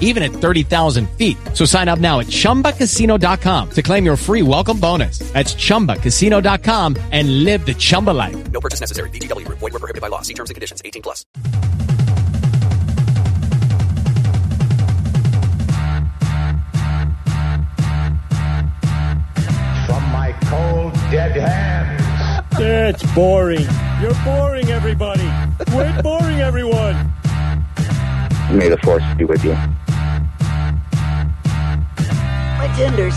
even at 30,000 feet. So sign up now at ChumbaCasino.com to claim your free welcome bonus. That's ChumbaCasino.com and live the Chumba life. No purchase necessary. BGW. Void were prohibited by law. See terms and conditions. 18 plus. from my cold, dead hands. Yeah, It's boring. You're boring everybody. We're boring everyone. May the force be with you. My tenders.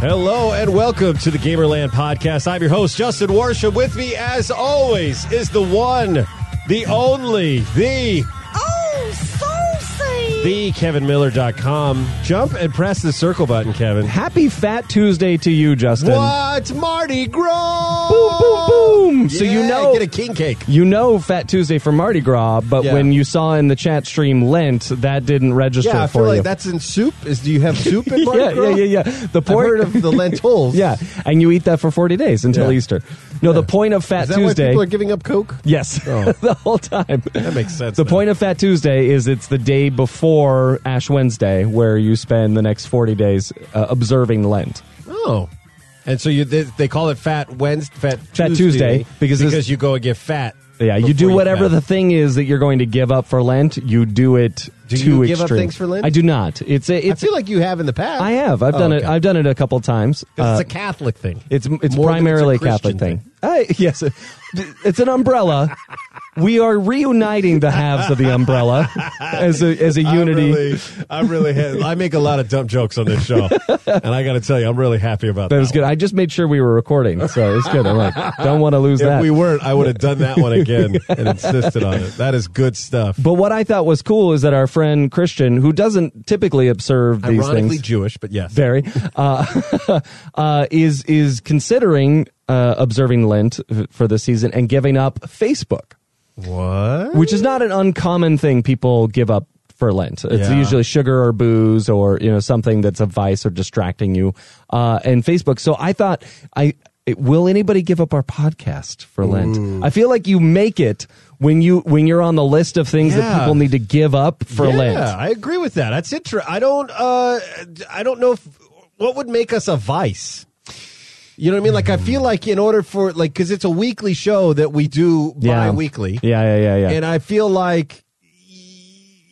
Hello and welcome to the Gamerland Podcast. I'm your host, Justin Warsham. With me, as always, is the one, the only, the Oh, saucy. the KevinMiller.com. Jump and press the circle button, Kevin. Happy Fat Tuesday to you, Justin. What? Mardi Gras! Boom, boom, boom. So you Yeah, know- Get a king cake. You know Fat Tuesday for Mardi Gras, but Yeah. when you saw in the chat stream Lent, that didn't register Yeah, I for feel like you. that's in soup. Is Do you have soup in Mardi yeah, Gras? yeah, yeah, yeah. The I've heard point of the lentils. yeah, and you eat that for forty days until Yeah. Easter. No, the point of Fat Is that why Tuesday. people are giving up Coke? Yes, Oh. the whole time. That makes sense The now. point of Fat Tuesday is it's the day before Ash Wednesday, where you spend the next forty days uh, observing Lent. Oh. And so you they, they call it Fat Wednesday, Fat Tuesday, Fat Tuesday, because this- because you go and get fat. Yeah, you before do whatever fat. the thing is that you're going to give up for Lent. You do it Do to you give up extreme. things for Lent? I do not. It's a, I it's. feel like you have in the past. I have. I've Oh, done it. okay. I've done it a couple times. 'Cause it's Uh, a Catholic thing. it's it's more than primarily a, Christian Catholic thing. I, yes, it's an umbrella. we are reuniting the halves of the umbrella as a as a I'm unity. really, I'm really ha- I make a lot of dumb jokes on this show, and I got to tell you, I'm really happy about that. that was good. one. I just made sure we were recording, so it's good. I'm like, don't want to lose If that. we weren't, I would have done that one again and insisted on it. That is good stuff. but what I thought was cool is that our friend Christian, who doesn't typically observe these Ironically things, Jewish, but yes, very uh, uh, is is considering uh, observing Lent f- for this season and giving up Facebook, what? which is not an uncommon thing people give up for Lent. It's Yeah. usually sugar or booze or you know something that's a vice or distracting you, uh, and Facebook. So I thought I. It, will anybody give up our podcast for Mm. Lent? I feel like you make it when you when you're on the list of things Yeah. that people need to give up for yeah, Lent. I agree with that. That's interesting. I don't. Uh, I don't know if, what would make us a vice. You know what I mean? Like I Hmm. feel like in order for like because it's a weekly show that we do Yeah. bi-weekly. Yeah, yeah, yeah, yeah. and I feel like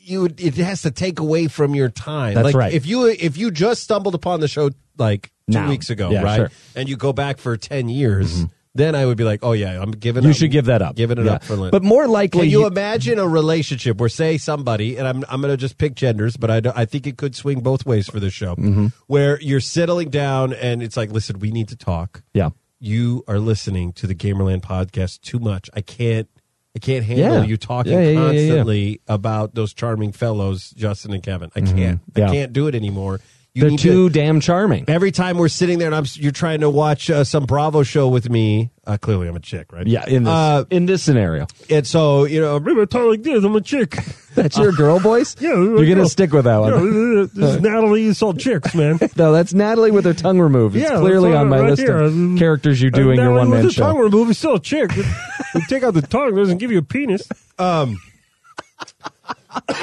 you would- it has to take away from your time. That's like, right. If you if you just stumbled upon the show like two Now. weeks ago, Yeah, right, sure. Mm-hmm. and you go back for ten years, then I would be like, oh yeah, I'm giving. you up, should give that up. Giving it Yeah. up for Lent. But more likely, Can you, you- imagine a relationship where, say, somebody, and I'm, I'm going to just pick genders, but I, don't- I think it could swing both ways for this show, Mm-hmm. where you're settling down and it's like, listen, we need to talk. yeah. You are listening to the Gamerland podcast too much. I can't, I can't handle Yeah. you talking Yeah, yeah, yeah, yeah, yeah. constantly about those charming fellows, Justin and Kevin. I can't, I Mm-hmm. Yeah. can't do it anymore. You They're need too to, damn charming. every time we're sitting there and I'm, s- you're trying to watch uh, some Bravo show with me. Uh, clearly, I'm a chick, right? Yeah, in this Uh, in this scenario, and so you know, I'm talking like this. I'm a chick. that's uh, your girl voice. yeah, you're gonna girl. stick with that one. Yo, this is Natalie. You sold chicks, man. No, that's Natalie with her tongue removed. It's Yeah, clearly that's on my right list there. of characters you do in your Natalie one with man the tongue show. removed is still a chick. We take out the tongue, it doesn't give you a penis.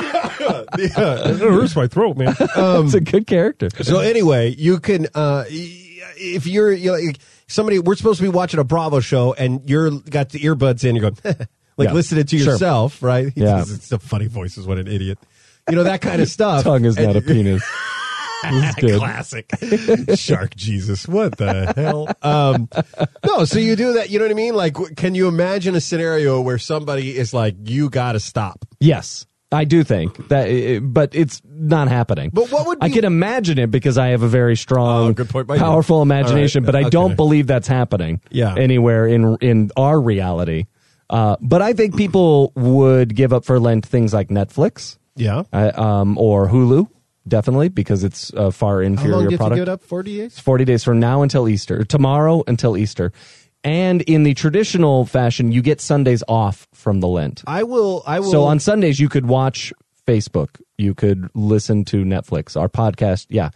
It hurts my throat, man. it's a good character. so anyway, you can uh, if you're, you're like, somebody. We're supposed to be watching a Bravo show, and you're got the earbuds in. You're going like Yeah. listening to Sure. yourself, right? Yeah. it's a funny voice. Is what an idiot. You know that kind of stuff. Tongue is And not a penis. This is good. Classic shark Jesus. What the hell? Um, no, so you do that. You know what I mean? Like, w- can you imagine a scenario where somebody is like, "You got to stop"? Yes, I do think that, i- i- but it's not happening. But what would I be- can imagine it because I have a very strong, Oh, good point by you. powerful imagination, All right, but I okay. don't believe that's happening. Yeah. anywhere in in our reality. Uh, but I think people would give up for Lent things like Netflix Yeah. I, um, or Hulu, definitely because it's a How far long inferior did you product. give it up? Forty days. It's 40 days from now until Easter, tomorrow until Easter. And in the traditional fashion, you get Sundays off from the Lent. I will. I will. So on Sundays, you could watch Facebook, you could listen to Netflix, our podcast. Yeah.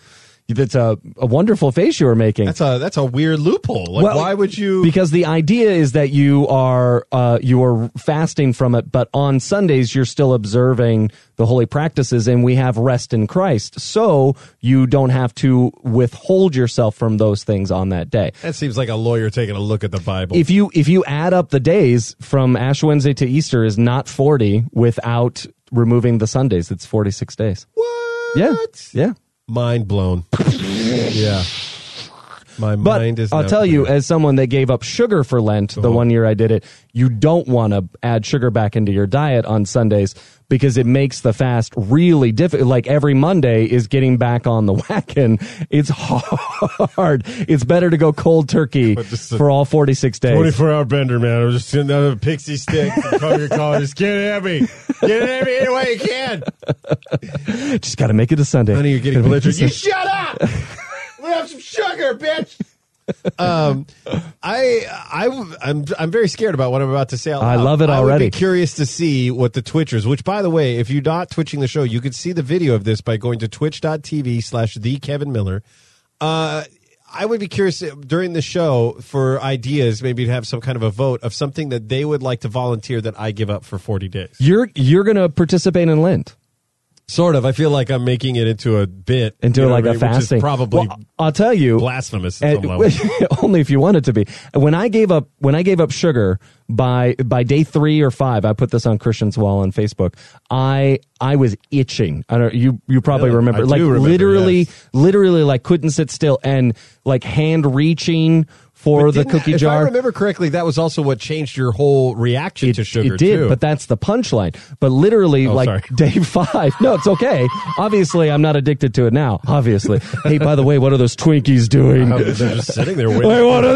That's a, a wonderful face you were making. that's a that's a weird loophole. Like, Well, why would you? Because the idea is that you are uh, you are fasting from it, but on Sundays you're still observing the holy practices, and we have rest in Christ, so you don't have to withhold yourself from those things on that day. that seems like a lawyer taking a look at the Bible. If you if you add up the days from Ash Wednesday to Easter is not forty without removing the Sundays. It's forty six days. what? Yeah, yeah. Mind blown. yeah. My But mind is. I'll not tell you, clear. Uh-huh. as someone that gave up sugar for Lent the one year I did it, you don't want to add sugar back into your diet on Sundays because it makes the fast really difficult. Like every Monday is getting back on the wagon. It's hard. It's better to go cold turkey But this is a- for all 46 days. 24 hour bender, man. I'm just sitting down with a pixie stick. and Call your callers. Get it at me. Get it at me any way you can. Just got to make it a Sunday. Honey, you're getting Gotta make it a belligerent. You Sunday. shut up. We have some sugar, bitch. Um, I, I, I'm, I'm very scared about what I'm about to say. out I loud. love it I would already. be curious to see what the Twitchers, which by the way, if you're not twitching the show, you can see the video of this by going to twitch.tv slash the Kevin Miller. Uh, I would be curious uh, during the show for ideas, maybe to have some kind of a vote of something that they would like to volunteer that I give up for 40 days. You're, you're going to participate in Lent. Sort of. I feel like I'm making it into a bit. Into you know like what I a mean? Which is fasting. probably Well, I'll tell you. blasphemous at And- some level. only if you want it to be. When I gave up, when I gave up sugar by by day three or five, I put this on Christian's wall on Facebook. I I was itching. I don't. You you probably Really? remember, I like do remember, literally, yes. literally, like couldn't sit still and like hand reaching But for the didn't- cookie if jar. I remember correctly, that was also what changed your whole reaction to sugar. It did, too. but that's the punchline. But literally, Oh, like sorry. day five. No, it's okay. obviously, I'm not addicted to it now. Obviously. hey, by the way, what are those Twinkies doing? Oh, they're just sitting there I waiting, want a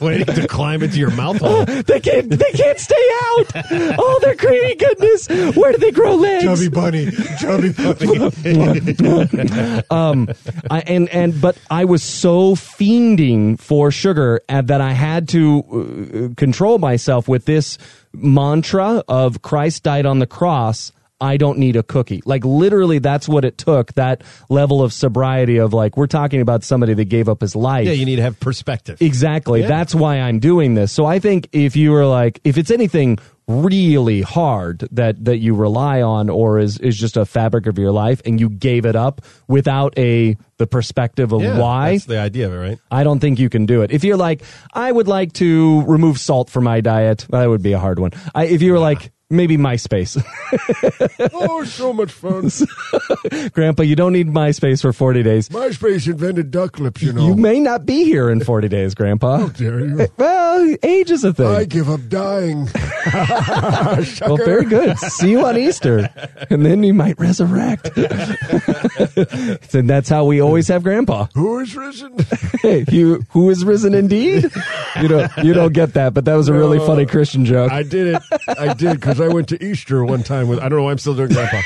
waiting to climb into your mouth hole. They can't. They can't stay out. Oh, they're creating goodness. Where do they grow legs? Chubby bunny, chubby bunny. Um, I, and and but I was so fiending for sugar and that I had to uh, control myself with this mantra of Christ died on the cross. I don't need a cookie. Like literally, that's what it took. That level of sobriety of like we're talking about somebody that gave up his life. yeah, you need to have perspective. Exactly. Yeah. That's why I'm doing this. So I think if you are like, if it's anything really hard that that you rely on or is is just a fabric of your life and you gave it up without a the perspective of Yeah, why That's the idea of it, right? I don't think you can do it. If you're like, I would like to remove salt from my diet, that would be a hard one. I, if you were like, maybe MySpace. oh, so much fun. Grandpa, you don't need MySpace for 40 days. MySpace invented duck lips, You may not be here in 40 days, Oh, Grandpa. Well, age is a thing. give up dying. Well, very good. See you on Easter, and then you might resurrect. and that's how we always have Grandpa. Who is risen? Hey, you who is risen indeed. You don't you don't get that, but that was a really No. funny Christian joke. I did it. I did because I went to Easter one time with. I don't know. why I'm still doing grandpa.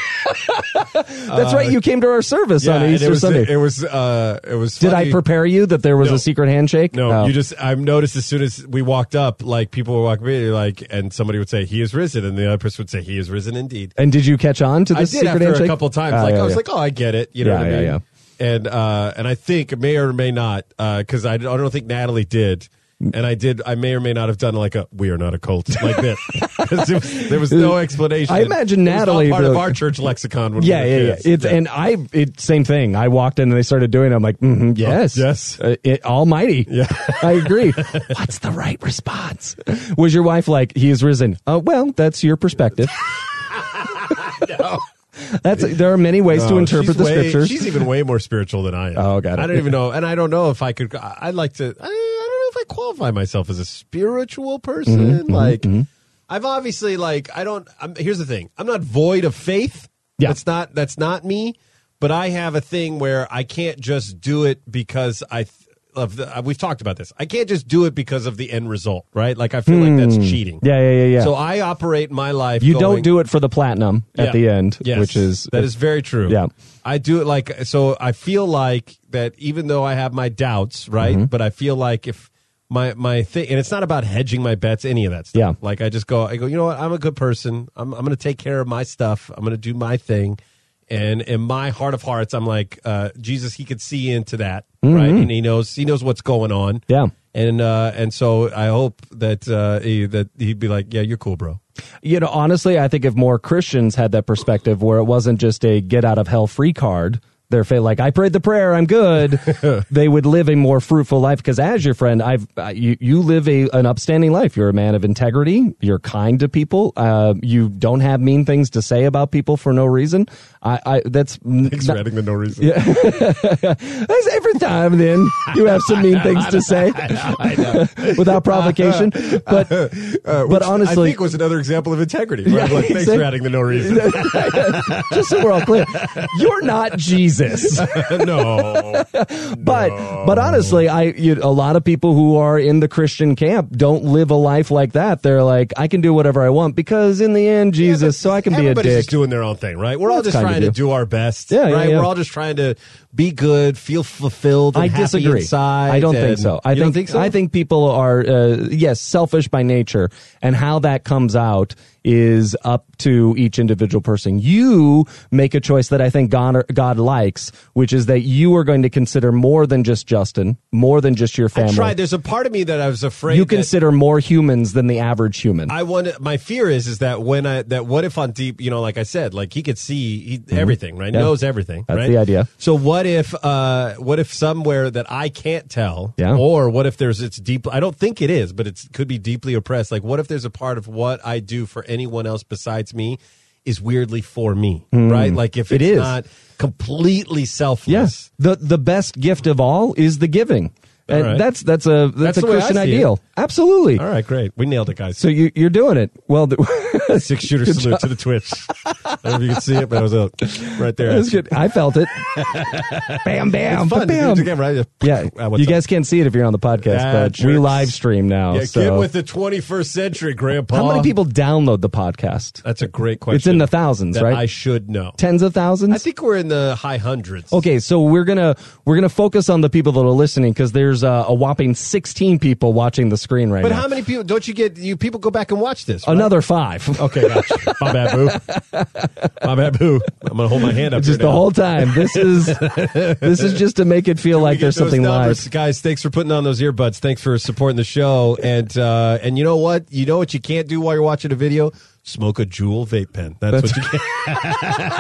that's right. You came to our service on and it Easter was, Sunday. It was. Uh, it was. Did I funny. prepare you that there was No. a secret handshake? No, Oh. you just. I've noticed as soon as we walked up, like people were walking, by, like, and somebody would say, "He is risen," and the other person would say, "He is risen indeed." And did you catch on to I this did secret after handshake? a couple times. Ah, like yeah, I was yeah. like, "Oh, I get it." You know Yeah, what I yeah, mean? yeah. And uh, and I think may or may not because I, I don't think Natalie did. And I did. I may or may not have done like a "We are not a cult" like this. 'Cause it was- there was no explanation. I imagine It was not Natalie, part of though- our church lexicon. When Yeah, we yeah, were yeah. kids. It's and I it same thing. I walked in and they started doing. it. I'm like, mhm, yes, yes. Uh, it, Almighty. Yeah. I agree. What's the right response? Was your wife like, he is risen? Uh, well, that's your perspective. That's there are many ways to No, she's interpret the way- scriptures. She's even way more spiritual than I am. Oh, got it. I don't even know, and I don't know if I could. I- I'd like to. I, I don't know if I qualify myself as a spiritual Mm-hmm, person. like, I've obviously like I don't. I'm, here's the thing: I'm not void of faith. Yeah. that's not that's not me. But I have a thing where I can't just do it because I. Th- of the, uh, we've talked about this. I can't just do it because of the end result, right? Like I feel like that's cheating. Hmm. Yeah, yeah, yeah, yeah. So I operate my life. you going- don't do it for the platinum yeah. at the end, Yes. which is that is very true. Yeah. I do it like so. I feel like that even though I have my doubts, right? Mm-hmm. But I feel like if my my thing, and it's not about hedging my bets, any of that stuff. Yeah. like I just go, I go. You know what? I'm a good person. I'm I'm going to take care of my stuff. I'm going to do my thing. And in my heart of hearts, I'm like uh, Jesus. He could see into that, right? And he knows he knows what's going on. Mm-hmm. Yeah. And uh, and so I hope that uh, he, that he'd be like, yeah, you're cool, bro. you know, honestly, I think if more Christians had that perspective where it wasn't just a get out of hell free card, their faith, like I prayed the prayer, I'm good, they would live a more fruitful life. Because as your friend, I've uh, you you live a an upstanding life. You're a man of integrity. You're kind to people. Uh, you don't have mean things to say about people for no reason. I, I that's Thanks not- for adding the no reason. that's every time. Then you have some mean things to say without provocation, but but honestly, Uh, I think was another example of integrity. where I'm like, Thanks exactly. for adding the no reason. just so we're all clear, you're not Jesus. no, But but honestly, I you, a lot of people who are in the Christian camp don't live a life like that. They're like, I can do whatever I want because in the end, Jesus. so I can be a Everybody's dick. just doing their own thing, right? We're all just That's kind trying of to you. do our best, Yeah, yeah, right? yeah. We're all just trying to be good, feel fulfilled. And I happy disagree. Inside I don't and- think so. I You think, don't think so. I think people are uh, yes selfish by nature, and how that comes out is up to each individual person. You make a choice that I think God God likes, which is that you are going to consider more than just Justin, more than just your I family. tried. There's a part of me that I was afraid. you that- consider more humans than the average human. I wonder. My fear is is that when I that what if on deep, you know, like I said, like he could see he, everything, right? Mm-hmm. Yeah. Knows everything. That's right? the idea. So what if uh what if somewhere that I can't tell, Yeah. or what if there's it's deep? I don't think it is, but it could be deeply oppressed. Like what if there's a part of what I do for anyone else besides me is weirdly for me, right? Like if Hmm. It it's is. not completely selfless. Yes, the the best gift of all is the giving, and All right. that's that's a that's, That's a the way I Christian see it. ideal. Absolutely. All right, great. We nailed it, guys. So you you're doing it well. th- Six shooter salute to the Twitch. I don't know if you can see it, but I was out right there. that's good. I felt it. bam, bam, It's fun to do bam. it together, right? Just- Yeah, Ah, what's you up? guys can't see it if you're on the podcast, Ah, but we jerks. live stream now. Yeah, so. get with the 21st century, Grandpa. How many people download the podcast? That's a great question. It's in the thousands, that right? I should know. Tens of thousands. I think we're in the high hundreds. Okay, so we're gonna we're gonna focus on the people that are listening because there's uh, a whopping 16 people watching the screen right but now. how many people? Don't you get you people go back and watch this? right? Another five. Okay, gotcha. my bad, boo. My bad, boo. I'm gonna hold my hand up. just here the now. whole time. This is this is just to make it feel We like get there's those something numbers. live. guys. Thanks for putting on those earbuds. Thanks for supporting the show. And uh, and you know what? You know what you can't do while you're watching a video? Smoke a Juul vape pen. That's,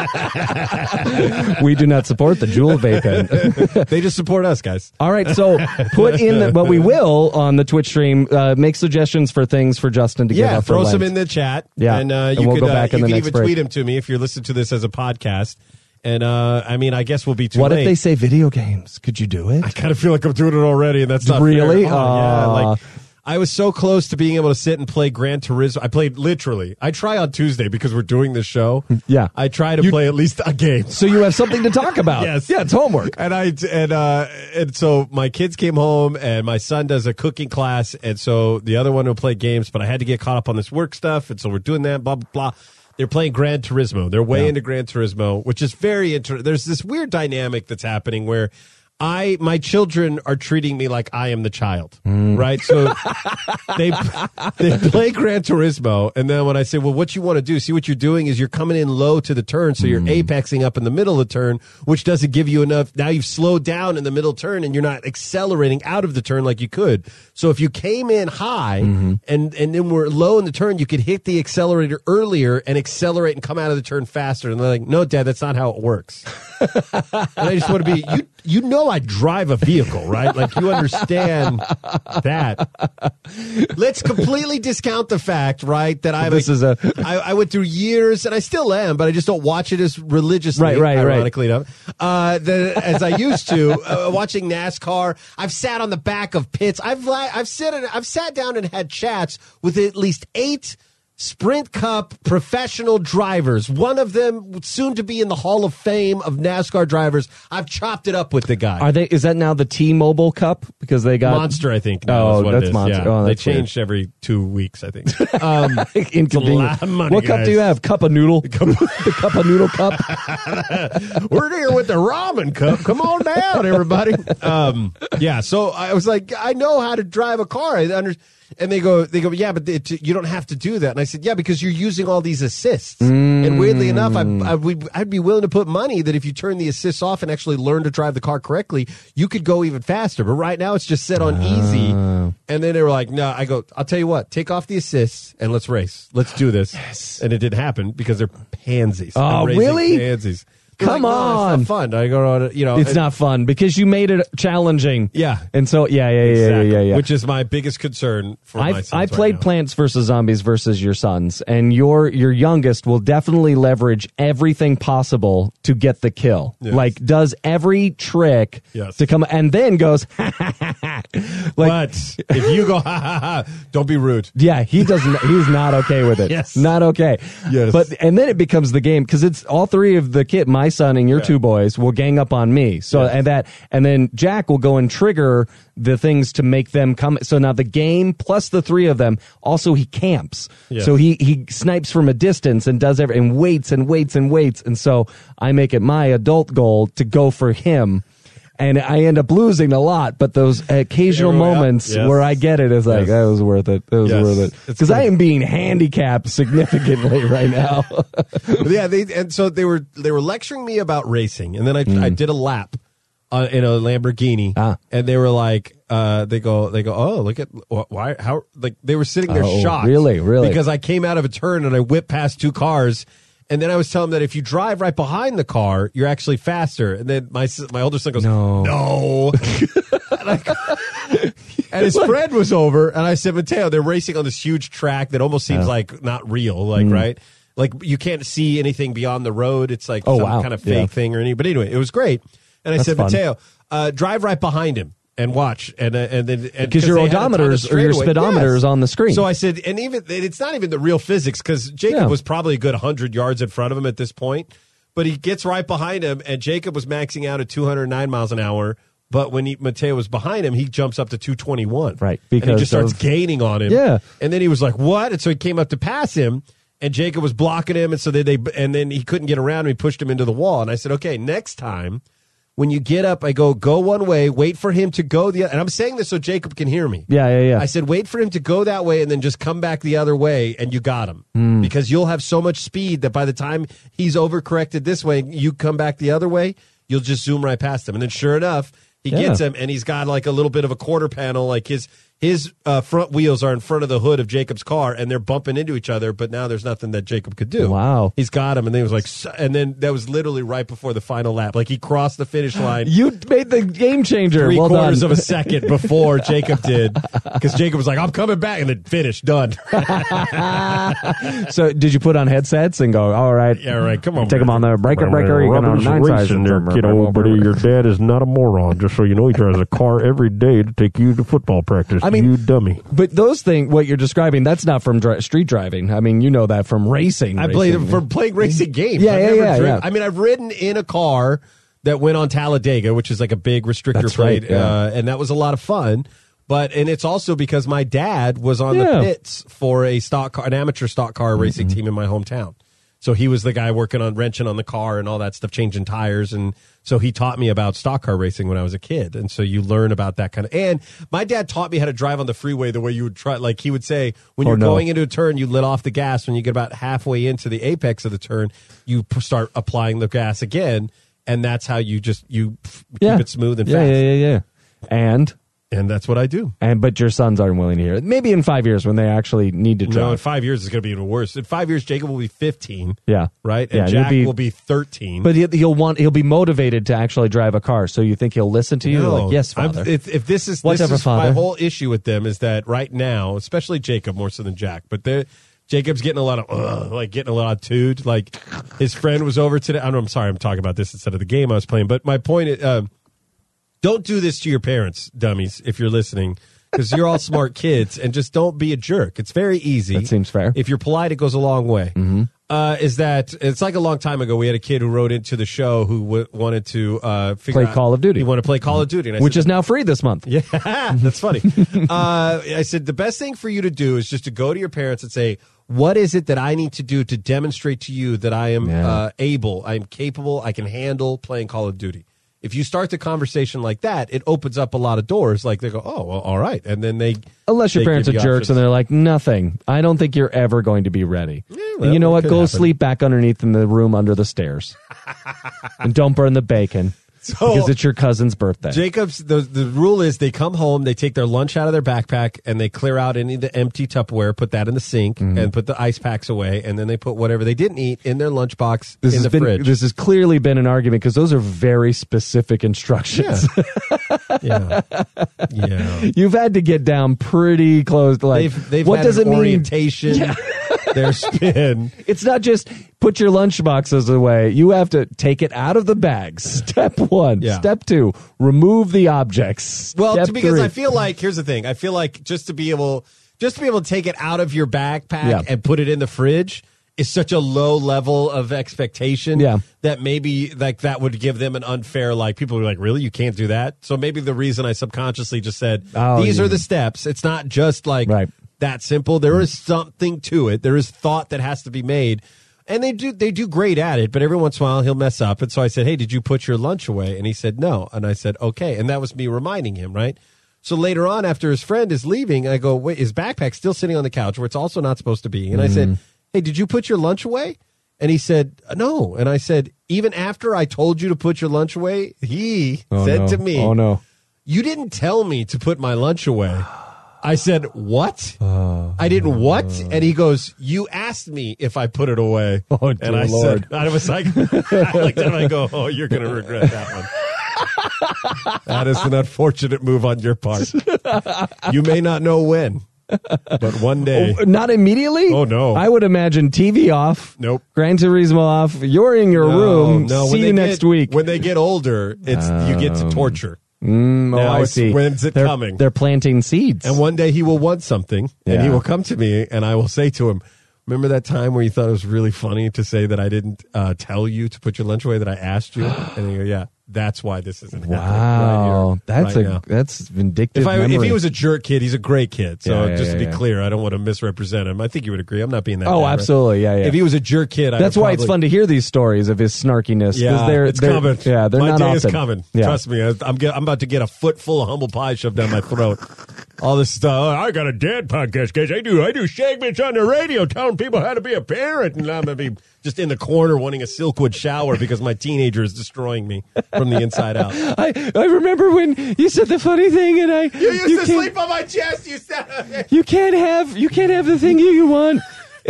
what you can't. We do not support the jewel vape pen. they just support us, guys. All right, so put in the, but we will on the Twitch stream uh, make suggestions for things for Justin to give Yeah, up throw for some Lent. in the chat. Yeah, and uh, and you we'll could go uh, back in you the could next even break. tweet them to me if you're listening to this as a podcast. And uh, I mean, I guess we'll be too What late. if they say video games? Could you do it? I kind of feel like I'm doing it already, and that's not Really? Fair. Oh, yeah, Aw. like. I was so close to being able to sit and play Gran Turismo. I played literally. I try on Tuesday because we're doing the show. Yeah. I try to You- play at least a game. So you have something to talk about. Yes. Yeah, it's homework. And I and uh and so my kids came home and my son does a cooking class and so the other one will play games, but I had to get caught up on this work stuff and so we're doing that, blah blah blah. They're playing Gran Turismo. They're way into Gran Turismo, which is very interesting. There's this weird dynamic that's happening where I my children are treating me like I am the child, right? So they they play Gran Turismo, and then when I say, "Well, what you want to do?" See, what you're doing is you're coming in low to the turn, so you're apexing up in the middle of the turn, which doesn't give you enough. Now you've slowed down in the middle turn, and you're not accelerating out of the turn like you could. So if you came in high and and then we're low in the turn, you could hit the accelerator earlier and accelerate and come out of the turn faster. And they're like, "No, Dad, that's not how it works." and I just want to be you. You know how I drive a vehicle, right? Like you understand that. Let's completely discount the fact, right, that I This is a- I, I went through years, and I still am, but I just don't watch it as religiously, Right, right, right. ironically enough, uh, that, as I used to. Uh, watching NASCAR, I've sat on the back of pits. I've li- I've sat in, I've sat down and had chats with at least eight. Sprint Cup professional drivers. One of them soon to be in the Hall of Fame of NASCAR drivers. I've chopped it up with the guy. Are they? Is that now the T-Mobile Cup? Because they got Monster, I think. now Oh, is what it that's is. Monster. Yeah. Oh, they that's weird. changed every two weeks, I think. Um, It's inconvenient. a lot of money, what cup do guys. you have? Cup of noodle. the cup of noodle cup. we're here with the ramen cup. Come on down, everybody. Um, yeah. So I was like, I know how to drive a car. I under- and they go, they go, yeah, but it, you don't have to do that. And I said, yeah, because you're using all these assists. And Mm. weirdly enough, I, I would, I'd be willing to put money that if you turn the assists off and actually learn to drive the car correctly, you could go even faster. But right now, it's just set on easy. Oh. And then they were like, no, I go, I'll tell you what, take off the assists and let's race. Let's do this. And it didn't happen because they're pansies. They're Oh, raising really? Pansies. Come "No, on." it's not fun. I go, "No, you know, It's it- not fun because you made it challenging. Yeah. And so yeah, yeah, yeah, Exactly. yeah, yeah, yeah. Which is my biggest concern for my I sons I right played now. Plants vs Zombies versus your sons, and your your youngest will definitely leverage everything possible to get the kill. Yes. Like does every trick Yes. to come, and then goes. like but if you go, ha ha ha, don't be rude. Yeah, he doesn't. He's not okay with it. Yes. not okay. Yes. but and then it becomes the game because it's all three of the kid, my son and your Yeah. two boys, will gang up on me. So and that, and then Jack will go and trigger the things to make them come. So now the game plus the three of them. Also, he camps. Yes. So he he snipes from a distance and does every and waits and waits and waits. And so I make it my adult goal to go for him. And I end up losing a lot, but those occasional Everywhere. moments Yes. where I get it is like, Yes. that was worth it. That was Yes. worth it. It's Because I good. am being handicapped significantly right now. yeah, they and so they were they were lecturing me about racing, and then I I did a lap uh, in a Lamborghini, Mm. Ah. and they were like, uh, they go they go, oh look at wh- why how like they were sitting there Oh, shocked, really, really? because I came out of a turn and I whipped past two cars. And then I was telling them that if you drive right behind the car, you're actually faster. And then my s- my older son goes, No. no. and, I- and his friend was over, and I said, Mateo, they're racing on this huge track that almost seems like not real, like Mm. right, like you can't see anything beyond the road. It's like Oh, some wow. kind of fake Yeah. thing or anything. But anyway, it was great. And I That's said, fun. Mateo, uh, drive right behind him. And watch, and uh, and then and- Because your they had it on the odometers or your straightaway. speedometer is on the screen. So I said, and even it's not even the real physics because Jacob Yeah. was probably a good hundred yards in front of him at this point, but he gets right behind him, and Jacob was maxing out at 209 miles an hour. But when he, Mateo was behind him, he jumps up to 221. Right, and because he just starts of- gaining on him. Yeah. and then he was like, "What?" And so he came up to pass him, and Jacob was blocking him, and so they, they and then he couldn't get around him. He pushed him into the wall, and I said, "Okay, next time." When you get up, I go go one way, wait for him to go the other. And I'm saying this so Jacob can hear me. yeah, yeah, yeah. I said, wait for him to go that way and then just come back the other way, and you got him. Hmm. Because you'll have so much speed that by the time he's overcorrected this way, you come back the other way, you'll just zoom right past him. And then sure enough, he Yeah. gets him, and he's got like a little bit of a quarter panel. Like his his uh, front wheels are in front of the hood of Jacob's car, and they're bumping into each other. But now there's nothing that Jacob could do. Wow. he's got him, and then he was like, "S-" and then that was literally right before the final lap. Like he crossed the finish line you made the game changer. three well quarters done. of a second before Jacob did, because Jacob was like, "I'm coming back," and then finished, done. so did you put on headsets and go? All right. yeah, right. Come on, Take them on the breaker breaker. You Robin's racing there, kiddo, but your dad is not a moron. Just so you know, he drives a car every day to take you to football practice. I mean- you dummy. But those things, what you're describing, that's not from dri- street driving. I mean, you know that from racing. I played racing. it for playing racing games. Yeah, I've yeah, never yeah, driven- yeah. I mean, I've ridden in a car that went on Talladega, which is like a big restrictor That's right, plate, yeah. uh, and that was a lot of fun. But and it's also because my dad was on Yeah. Mm-hmm. the pits for a stock car, an amateur stock car racing team in my hometown. So he was the guy working on wrenching on the car and all that stuff, changing tires, and so he taught me about stock car racing when I was a kid. And so you learn about that kind of. And my dad taught me how to drive on the freeway the way you would try. Like he would say, when Oh, you're no. going into a turn, you let off the gas. When you get about halfway into the apex of the turn, you p- start applying the gas again, and that's how you just you f- Yeah. keep it smooth and yeah, fast. yeah, yeah, yeah. And and that's what I do. And but your sons aren't willing to hear it. Maybe in five years when they actually need to drive. No, in five years it's going to be even worse. In five years, Jacob will be fifteen, yeah, right? Yeah, And you'll Jack will be thirteen. But he- he'll want he'll be motivated to actually drive a car. So you think he'll listen to you? No, Like, yes, I'm- father. If, if this is Whatever, this is my father. whole issue with them is that right now, especially Jacob more so than Jack, but they're. Jacob's getting a lot of ugh, like getting a lot of toot. Like his friend was over today. I don't know, I'm sorry, I'm talking about this instead of the game I was playing. But my point is, um, don't do this to your parents, dummies, if you're listening, because you're all smart kids, and just don't be a jerk. It's very easy. That seems fair. Mm-hmm. If you're polite, it goes a long way. Uh, is that it's like a long time ago? We had a kid who wrote into the show who w- wanted to uh, figure Play out- Call of Duty. He wanted to play Call of Duty, and I which said, is now free this month. yeah, that's funny. uh, I said the best thing for you to do is just to go to your parents and say, "What is it that I need to do to demonstrate to you that I am Yeah. uh, able, I am capable, I can handle playing Call of Duty?" If you start the conversation like that, it opens up a lot of doors. Like they go, "Oh, well, all right," and then they Unless your they parents are give you jerks options. and they're like, nothing. I don't think you're ever going to be ready. well, and you know it what? could Go happen. sleep back underneath in the room under the stairs, and don't burn the bacon So- because it's your cousin's birthday. Jacob's the the rule is they come home, they take their lunch out of their backpack, and they clear out any of the empty Tupperware, put that in the sink, Mm-hmm. and put the ice packs away, and then they put whatever they didn't eat in their lunchbox this in has the been fridge. this has clearly been an argument because those are very specific instructions. yeah, yeah. You've had to get down pretty close. Like, They've they've what had does an it mean? orientation, their spin. It's not just put your lunch boxes away. You have to take it out of the bags. Step one. Yeah. Step two. Remove the objects. Well, Step to- because three. I feel like here's the thing. I feel like just to be able just to be able to take it out of your backpack Yeah. and put it in the fridge is such a low level of expectation Yeah. that maybe like that would give them an unfair like people would be like really you can't do that so maybe the reason i subconsciously just said Oh, these yeah. are the steps it's not just like Right. Mm-hmm. that simple there is something to it there is thought that has to be made and they do they do great at it but every once in a while he'll mess up and so i said hey did you put your lunch away and he said no and i said okay and that was me reminding him right so later on after his friend is leaving i go wait his backpack's still sitting on the couch where it's also not supposed to be and i said Mm-hmm. hey did you put your lunch away and he said no and i said even after i told you to put your lunch away he Oh, said no. to me Oh no. you didn't tell me to put my lunch away. I said, What? I didn't what? And he goes, You asked me if I put it away. Oh, and dear I Lord. said, I was like, I looked at him, I go, Oh, you're going to regret that one. that is an unfortunate move on your part. You may not know when, but one day. Not immediately. Oh, no. I would imagine TV off. Nope. Gran Turismo off. You're in your room. Oh, when See they you get- next week. Um, When they get older, it's you get to torture. Mm, oh, now I it's- see. when's it they're, coming? They're planting seeds. And one day he will want something, and Yeah. he will come to me, and I will say to him, "Remember that time where you thought it was really funny to say that I didn't uh, tell you to put your lunch away that I asked you?" And you go, "Yeah, that's why this isn't happening." wow. right here, that's right a now." that's vindictive. If, I, if memory. he was a jerk kid, he's a great kid. So Yeah, yeah, just to yeah, be yeah. clear, I don't want to misrepresent him. I think you would agree. I'm not being that. Oh, bad, right? absolutely. Yeah, yeah. If he was a jerk kid, I That's would why it's probably- fun to hear these stories of his snarkiness. 'cause Yeah, they're, it's they're- coming. Yeah, they're my not day often. is coming. Yeah. Trust me, I- I'm get, I'm about to get a foot full of humble pie shoved down my throat. All this stuff. "Oh, I got a dad podcast because I do I do segments on the radio telling people how to be a parent, and I'm gonna be just in the corner wanting a Silkwood shower because my teenager is destroying me from the inside out. You I, I remember when you said the funny thing, and I you, used to can't, sleep on my chest. You said you can't have you can't have the thing you, you want.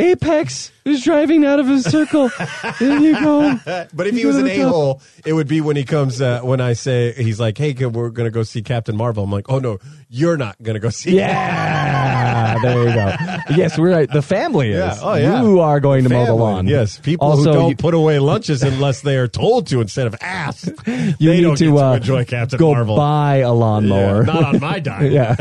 Apex is driving out of a circle, and you go. But if You he go was to an the a top. hole, it would be when he comes uh, when I say he's like, "Hey, kid, we're gonna go see Captain Marvel." I'm like, "Oh no, you're not gonna go see." Yeah, there you go. Yes, we're right. The family is. Yeah. Oh, yeah. You are going to mow the Family. lawn. Yes, people also, who don't you, put away lunches unless they are told to instead of asked. you they need don't to, get to uh, enjoy Captain go Marvel. buy a Yeah, lawnmower. not on my dime. yeah,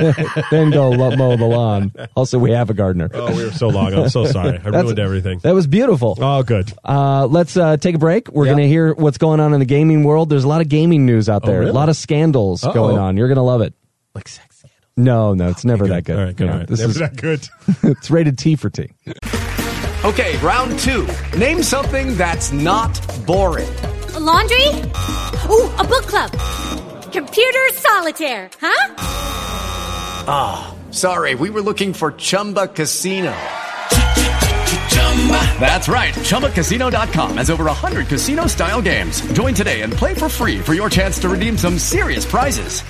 then go lo- mow the lawn. Also, we have a gardener. Oh, we were so long. I'm so sorry. I ruined everything. That was beautiful. Oh, good. Uh, let's uh, take a break. We're Yeah. going to hear what's going on in the gaming world. There's a lot of gaming news out there, Oh, really? a lot of scandals Uh-oh. going on. You're going to love it. Like sex. No, no, it's never that good. All right, good. No, all right. This Never is that good. it's rated T for T. Okay, round two. Name something that's not boring. laundry? Ooh, a book club. Computer solitaire, huh? Ah, Sorry, we were looking for Chumba Casino. That's right. ChumbaCasino.com has over 100 casino style games. Join today and play for free for your chance to redeem some serious prizes.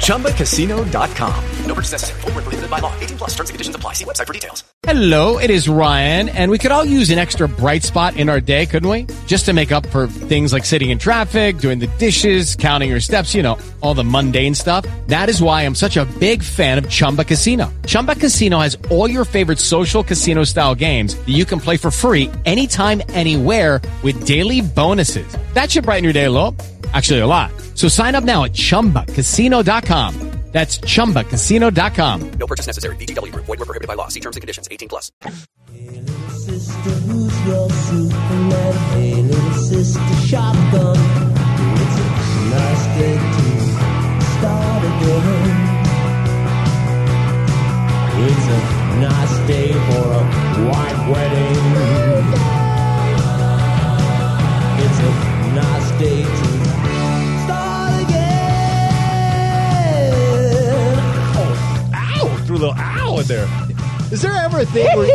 ChumbaCasino.com. No purchase necessary. Void where prohibited by law. 18 plus terms and conditions apply. See website for details. Hello, it is Ryan, and we could all use an extra bright spot in our day, couldn't we? Just to make up for things like sitting in traffic, doing the dishes, counting your steps, you know, all the mundane stuff. That is why I'm such a big fan of Chumba Casino. Chumba Casino has all your favorite social casino style games that you can play for free anytime, anywhere with daily bonuses. That should brighten your day a little. Actually, a lot. So sign up now at chumbacasino.com. That's chumbacasino.com. No purchase necessary. VGW Group. Void were prohibited by law. See terms and conditions. 18 plus. Hey, little sister, shotgun. It's a nice day to start again. It's a nice day for a white wedding. It's a nice day to start again. ow, threw a little ow in there. Is there ever a thing where,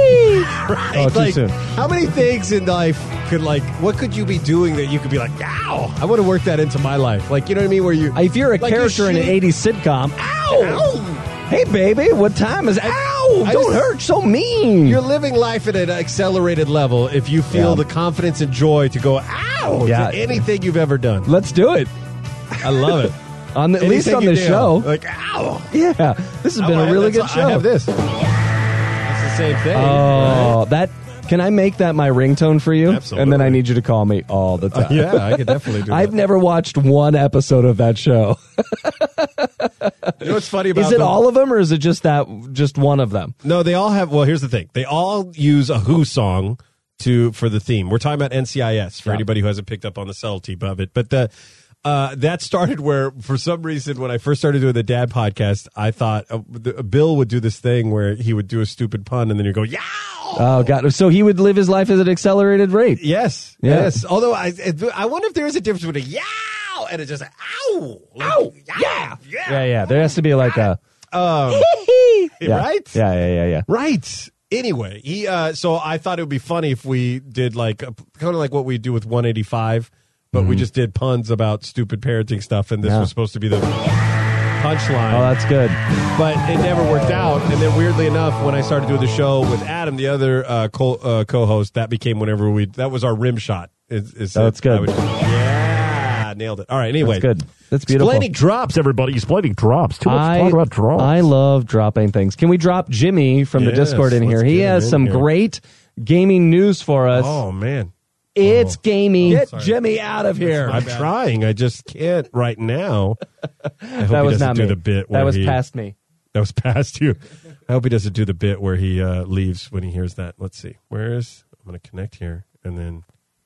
right, Oh, too like, soon. how many things in life could like, what could you be doing that you could be like, ow, I want to work that into my life. Like, you know what I mean? Where you, If you're a like, character in an shooting- 80s sitcom, ow! Hey, baby, what time is Ow! I don't just- hurt so mean. You're living life at an accelerated level if you feel Yeah. the confidence and joy to go, ow, Yeah. to anything you've ever done. Let's do it. I love it. On the, at least Anything on you this do. show. Like, ow. yeah. This has Oh, been I- a really good that's- show. I have this. It's the same thing. Oh, that can I make that my ringtone for you? And then I Absolutely. need you to call me all the time. yeah, I could definitely do I've that. never watched one episode of that show. You know what's funny about Is it them? all of them or is it just that just one of them? No, they all have. Well, here's the thing: they all use a Who song to for the theme. We're talking about NCIS for anybody who hasn't picked up on the subtlety of it. But the uh, that started where, for some reason, when I first started doing the Dad podcast, I thought uh, the, Bill would do this thing where he would do a stupid pun, and then you go, "Yeah." Oh god. So he would live his life at an accelerated rate. Yes, Yeah. yes. Although I, I wonder if there is a difference between a yow and a just a ow, ow, yeah, Yeah, yeah. There has to be like a Um, yeah. right? Yeah, yeah, yeah, yeah. Right. Anyway, he uh so I thought it would be funny if we did like kind of like what we do with 185, but we just did puns about stupid parenting stuff and this Mm-hmm. Yeah. was supposed to be the Oh, punchline, that's good. but it never worked out. And then weirdly enough, when I started doing the show with Adam, the other uh, co- uh, co-host, that became whenever we that was our rim shot. Is, is That's it. good. I would- yeah, nailed it. All right, anyway. That's good. That's beautiful. Splenic drops everybody. Explaining drops. Too much talk about drops. I love dropping things. Can we drop Jimmy from the Yes, Discord in here? let's He get has him in some here. great gaming news for us. Oh man. it's gaming. Get Sorry. Jimmy out of here. I'm trying. I just can't right now. I hope That he was doesn't not do me. the bit. that where was he- past me. That was past you. I hope he doesn't do the bit where he uh, leaves when he hears that. Let's see. Where is? I'm going to connect here, and then.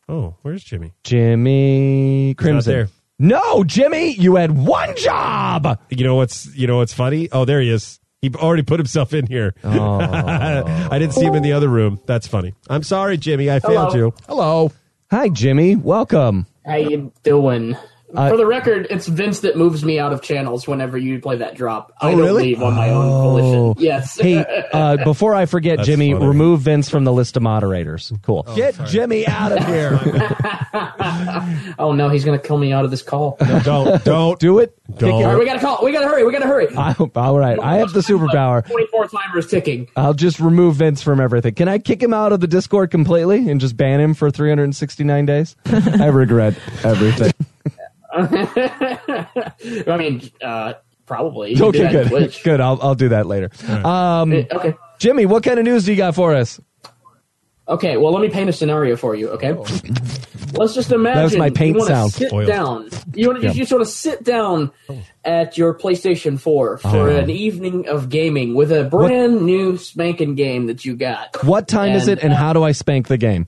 Oh, where's Jimmy? Jimmy Crimson. there. No, Jimmy, you had one job. You know what's? You know what's funny? Oh, there he is. He already put himself in here. Oh. I didn't see him in the other room. That's funny. I'm sorry, Jimmy. I failed you. Hello. Hi, Jimmy. Welcome. How you doing? Uh, For the record, it's Vince that moves me out of channels whenever you play that drop. I Oh, don't really? leave on my Oh. own volition. Yes. Hey, uh, before I forget, That's Jimmy, funny. Oh, remove Vince from the list of moderators. Cool. Get sorry. Jimmy out of here. oh no, he's gonna kill me out of this call. Don't don't Do it. All right, Don't. we gotta call. We gotta hurry. We gotta hurry. I, all right. I have the superpower. Twenty-four timers ticking. I'll just remove Vince from everything. Can I kick him out of the Discord completely and just ban him for 369 days? I regret everything. I mean, uh, probably. You okay, can do that on good. Twitch. Good. I'll, I'll do that later. Um, Eh, Okay. Jimmy, what kind of news do you got for us? Okay. Well, let me paint a scenario for you. Okay. Let's just imagine. was my paint you wanna sound. Sit Oil. down. You want to you sort of sit down at your PlayStation 4 for Uh-huh. an evening of gaming with a brand new spanking game that you got. What time is it, And, and how do I spank the game?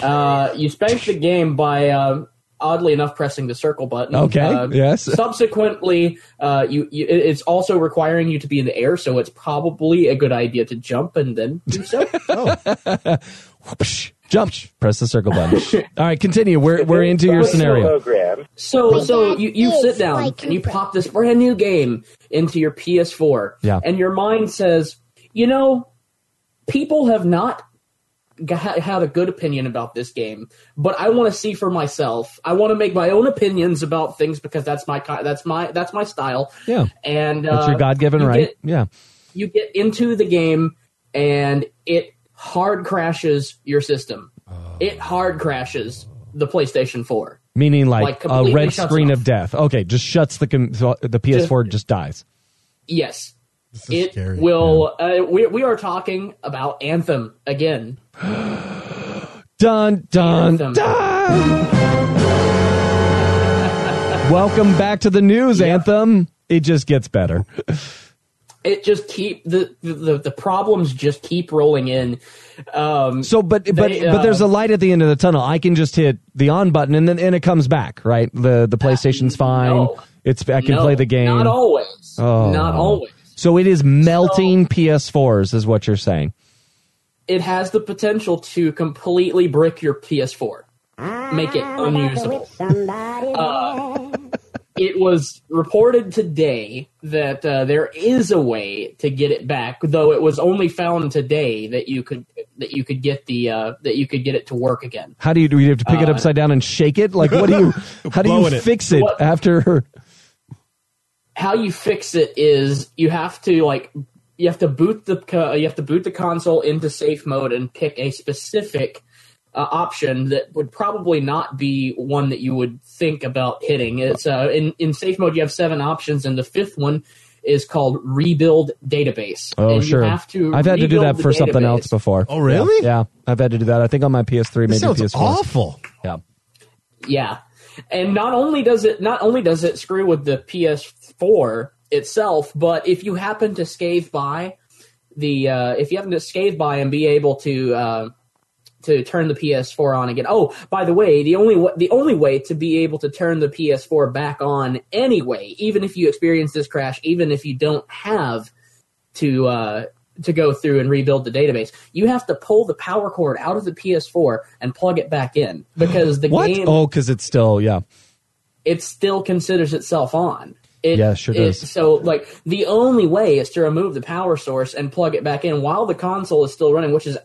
Uh, you spanked the game by uh, oddly enough pressing the circle button. Okay, Uh, yes. Subsequently, uh, you, you it- it's also requiring you to be in the air, so it's probably a good idea to jump and then do so. Whoosh. Jump. Press the circle button. All right, continue. We're, we're into your scenario. Program. So so that you, you is sit down like and you Cooper. pop this brand new game into your PS4. Yeah. And your mind says, you know, people have not g- ha- had a good opinion about this game, but I want to see for myself. I want to make my own opinions about things because that's my ki- that's my that's my style. Yeah. and That's your uh, God given you right. get- yeah. you get into the game and it hard crashes your system. Oh. It hard crashes the PlayStation 4. Meaning like, Like, a completely red shuts screen of death. Okay, just shuts the com- so the PS4 just dies. Yes. It will. Uh, we, we are talking about Anthem again. Dun dun Anthem. Welcome back to the news, Anthem. It just gets better. It just keep the, the the problems just keep rolling in. Um, so, but But but there's a light at the end of the tunnel. I can just hit the on button and then and it comes back, right? The the PlayStation's fine. It's I can Uh, No, play the game. Not always. Oh. Not always. So it is melting PS4s is what you're saying. It has the potential to completely brick your PS4, make it unusable. Uh, it was reported today that uh, there is a way to get it back, though it was only found today that you could that you could get the uh, that you could get it to work again. How do you do? You have to pick it Uh, upside down and shake it? Like what do you how do you Blowing it. fix it What- after how you fix it is you have to like you have to boot the co- you have to boot the console into safe mode and pick a specific uh, option that would probably not be one that you would think about hitting. It's uh, in in safe mode you have seven options and the fifth one is called rebuild database. Oh And you sure. have to I've had to do rebuild that the for something database. else before. Oh, really? Yeah. I've had to do that. I think on my PS3 This maybe sounds PS4. awful. Yeah. Yeah, and not only does it not only does it screw with the PS4 itself, but if you happen to scathe by the uh, if you happen to scathe by and be able to uh, to turn the PS4 on again. Oh, by the way, the only wa- the only way to be able to turn the PS4 back on anyway, even if you experience this crash, even if you don't have to uh, to go through and rebuild the database, you have to pull the power cord out of the PS4 and plug it back in because the what? game Oh, because it's still yeah. it still considers itself on. It, Yeah, sure does. So, like, the only way is to remove the power source and plug it back in while the console is still running, which is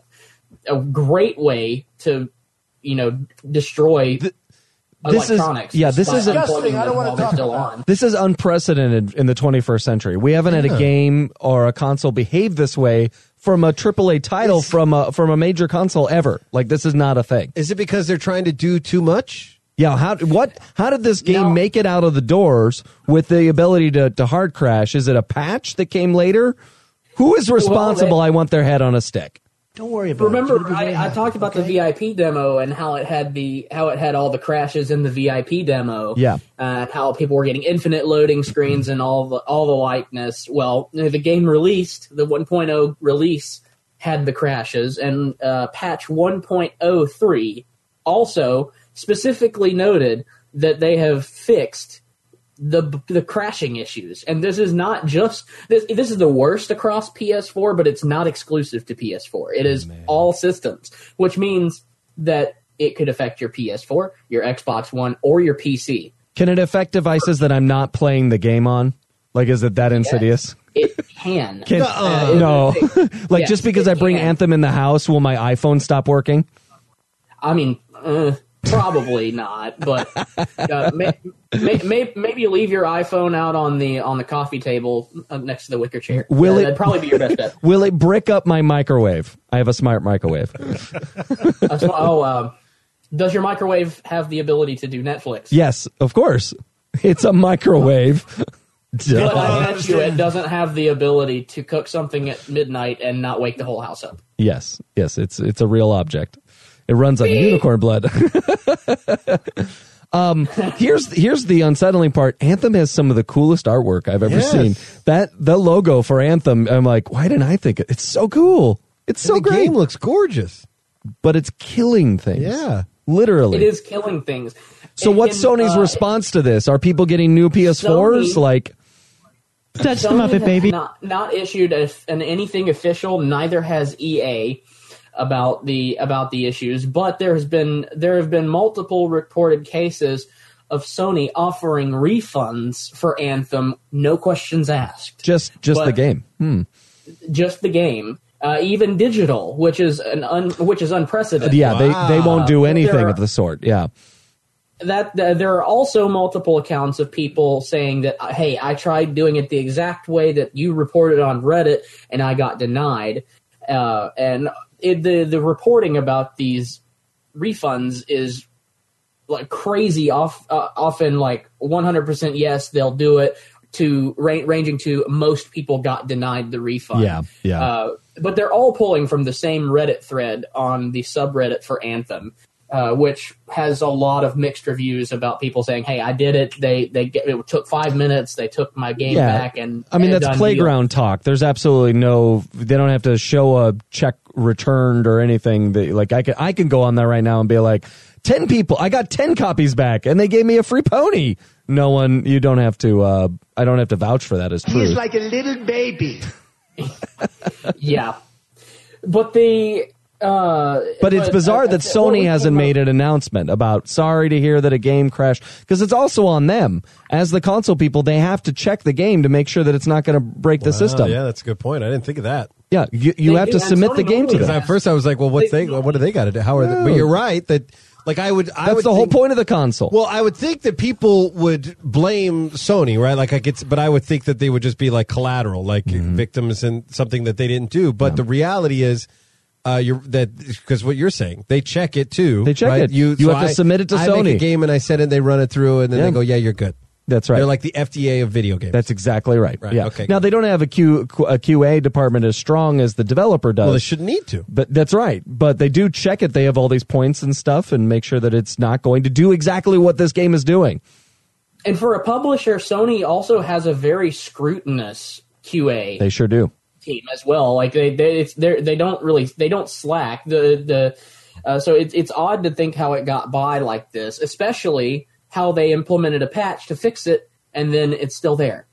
a great way to, you know, destroy this is- electronics. yeah, this by is a- unplugging Disgusting. I don't them wanna while they're talk still about on. This is unprecedented in the 21st century. We haven't had Yeah. a game or a console behave this way from a AAA title from a from a major console ever. Like this is not a thing. Is it because they're trying to do too much? Yeah, how what how did this game make it out of the doors with the ability to to hard crash? Is it a patch that came later? Who is Well, they- responsible? I want their head on a stick. Don't worry about Remember, it. Remember, I, I talked about the VIP demo and how it had the how it had all the crashes in the VIP demo. Yeah. uh, and how people were getting infinite loading screens and all the all the likeness. Well, you know, the game released the 1.0 release had the crashes, and uh, patch 1.03 also specifically noted that they have fixed the the crashing issues. And this is not just this this is the worst across PS4, but it's not exclusive to PS4. Oh, It is all systems, which means that it could affect your PS4, your Xbox One, or your PC. Can it affect devices that I'm not playing the game on? Like is it that insidious? It can. Can, Uh, no. like Yes, just because it I bring can. Anthem in the house, will my iPhone stop working? I mean, uh, probably not, but uh, may, may, may, maybe leave your iPhone out on the on the coffee table uh, next to the wicker chair. Will Uh, it That'd probably be your best bet. Will it brick up my microwave? I have a smart microwave. Uh, so- oh, um, does your microwave have the ability to do Netflix? yes, of course. It's a microwave. Duh. But I bet you it doesn't have the ability to cook something at midnight and not wake the whole house up. Yes, yes, it's it's a real object. It runs on unicorn blood. um, here's here's the unsettling part. Anthem has some of the coolest artwork I've ever Yes. seen. That the logo for Anthem, I'm like, why didn't I think it? It's so cool. It's so great. game looks gorgeous, but it's killing things. Yeah. literally. It is killing things. So It what's can, Sony's uh, response to this? Are people getting new PS4s? Sony- like, touch Sony has Not, not issued a, an anything official. Neither has EA about the about the issues. But there has been there have been multiple reported cases of Sony offering refunds for Anthem, no questions asked. Just just the But- game. Hmm. just the game. uh, even digital, which is an un, which is unprecedented. Yeah, they, they won't do Uh, anything there are- of the sort. Yeah. that th- there are also multiple accounts of people saying that uh, hey i tried doing it the exact way that you reported on reddit and i got denied uh, and it, the the reporting about these refunds is like crazy off uh, often like 100% yes they'll do it to ra- ranging to most people got denied the refund Yeah, yeah. uh, but they're all pulling from the same reddit thread on the subreddit for anthem uh, which has a lot of mixed reviews about people saying hey i did it they they get, it took five minutes they took my game back and I mean and that's done deal. playground talk. There's absolutely no they don't have to show a check returned or anything that like I can I can go on there right now and be like 10 people I got 10 copies back and they gave me a free pony. No one you don't have to uh I don't have to vouch for that as He's true. like a little baby. yeah but the uh, but it's bizarre uh, that uh, what we Sony hasn't made an announcement about sorry to hear that a game crashed because it's also on them as the console people they have to check the game to make sure that it's not going to break the Wow, system. Oh, Yeah, that's a good point. I didn't think of that. Yeah, you, you have to submit the game to Because them. At first, I was like, "Well, what's they? What do they got to do? How are?" They? But No. you're right that, like, I would. I That's would the whole think- point of the console. Well, I would think that people would blame Sony, right? Like, I get, but I would think that they would just be like collateral, like Mm-hmm. victims in something that they didn't do. But the reality is. Uh, you're that because what you're saying, they check it too. They check right? it. You have to I- submit it to I make a Sony. game and I send it. They run it through, and then Yeah. they go, "Yeah, you're good." That's right. They're like the FDA of video games. That's exactly right. Right, Yeah. okay, Now they don't have a, Q, a QA department as strong as the developer does. well, they shouldn't need to. But that's right. But they do check it. They have all these points and stuff, and make sure that it's not going to do exactly what this game is doing. And for a publisher, Sony also has a very scrutinous QA They sure do. team as well. Like they they it's, they're- they don't really they don't slack the the. Uh, so it's it's odd to think how it got by like this, especially how they implemented a patch to fix it and then it's still there.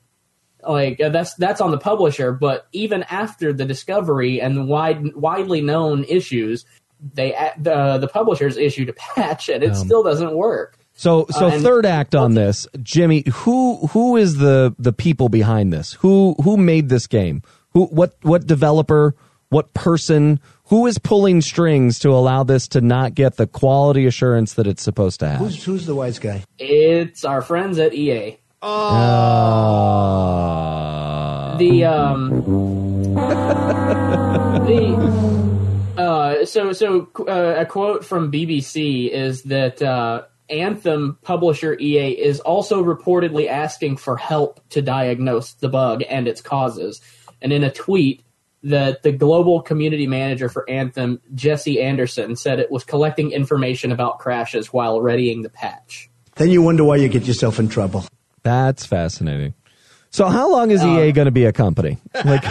Like uh, that's that's on the publisher, but even after the discovery and the wide widely known issues, they a- the the publishers issued a patch and it still doesn't work. Um, So, so Uh, and- third act on this, Jimmy. Who who is the the people behind this? Who who made this game? Who what what developer? What person? Who is pulling strings to allow this to not get the quality assurance that it's supposed to have? Who's, who's the wise guy? It's our friends at E EA. Ah. The um the uh so so uh, a quote from BBC is that uh Anthem publisher EA is also reportedly asking for help to diagnose the bug and its causes. And in a tweet that the global community manager for Anthem, Jesse Anderson, said it was collecting information about crashes while readying the patch. Then you wonder why you get yourself in trouble. That's fascinating. So, how long is Uh, EA going to be a company? Like,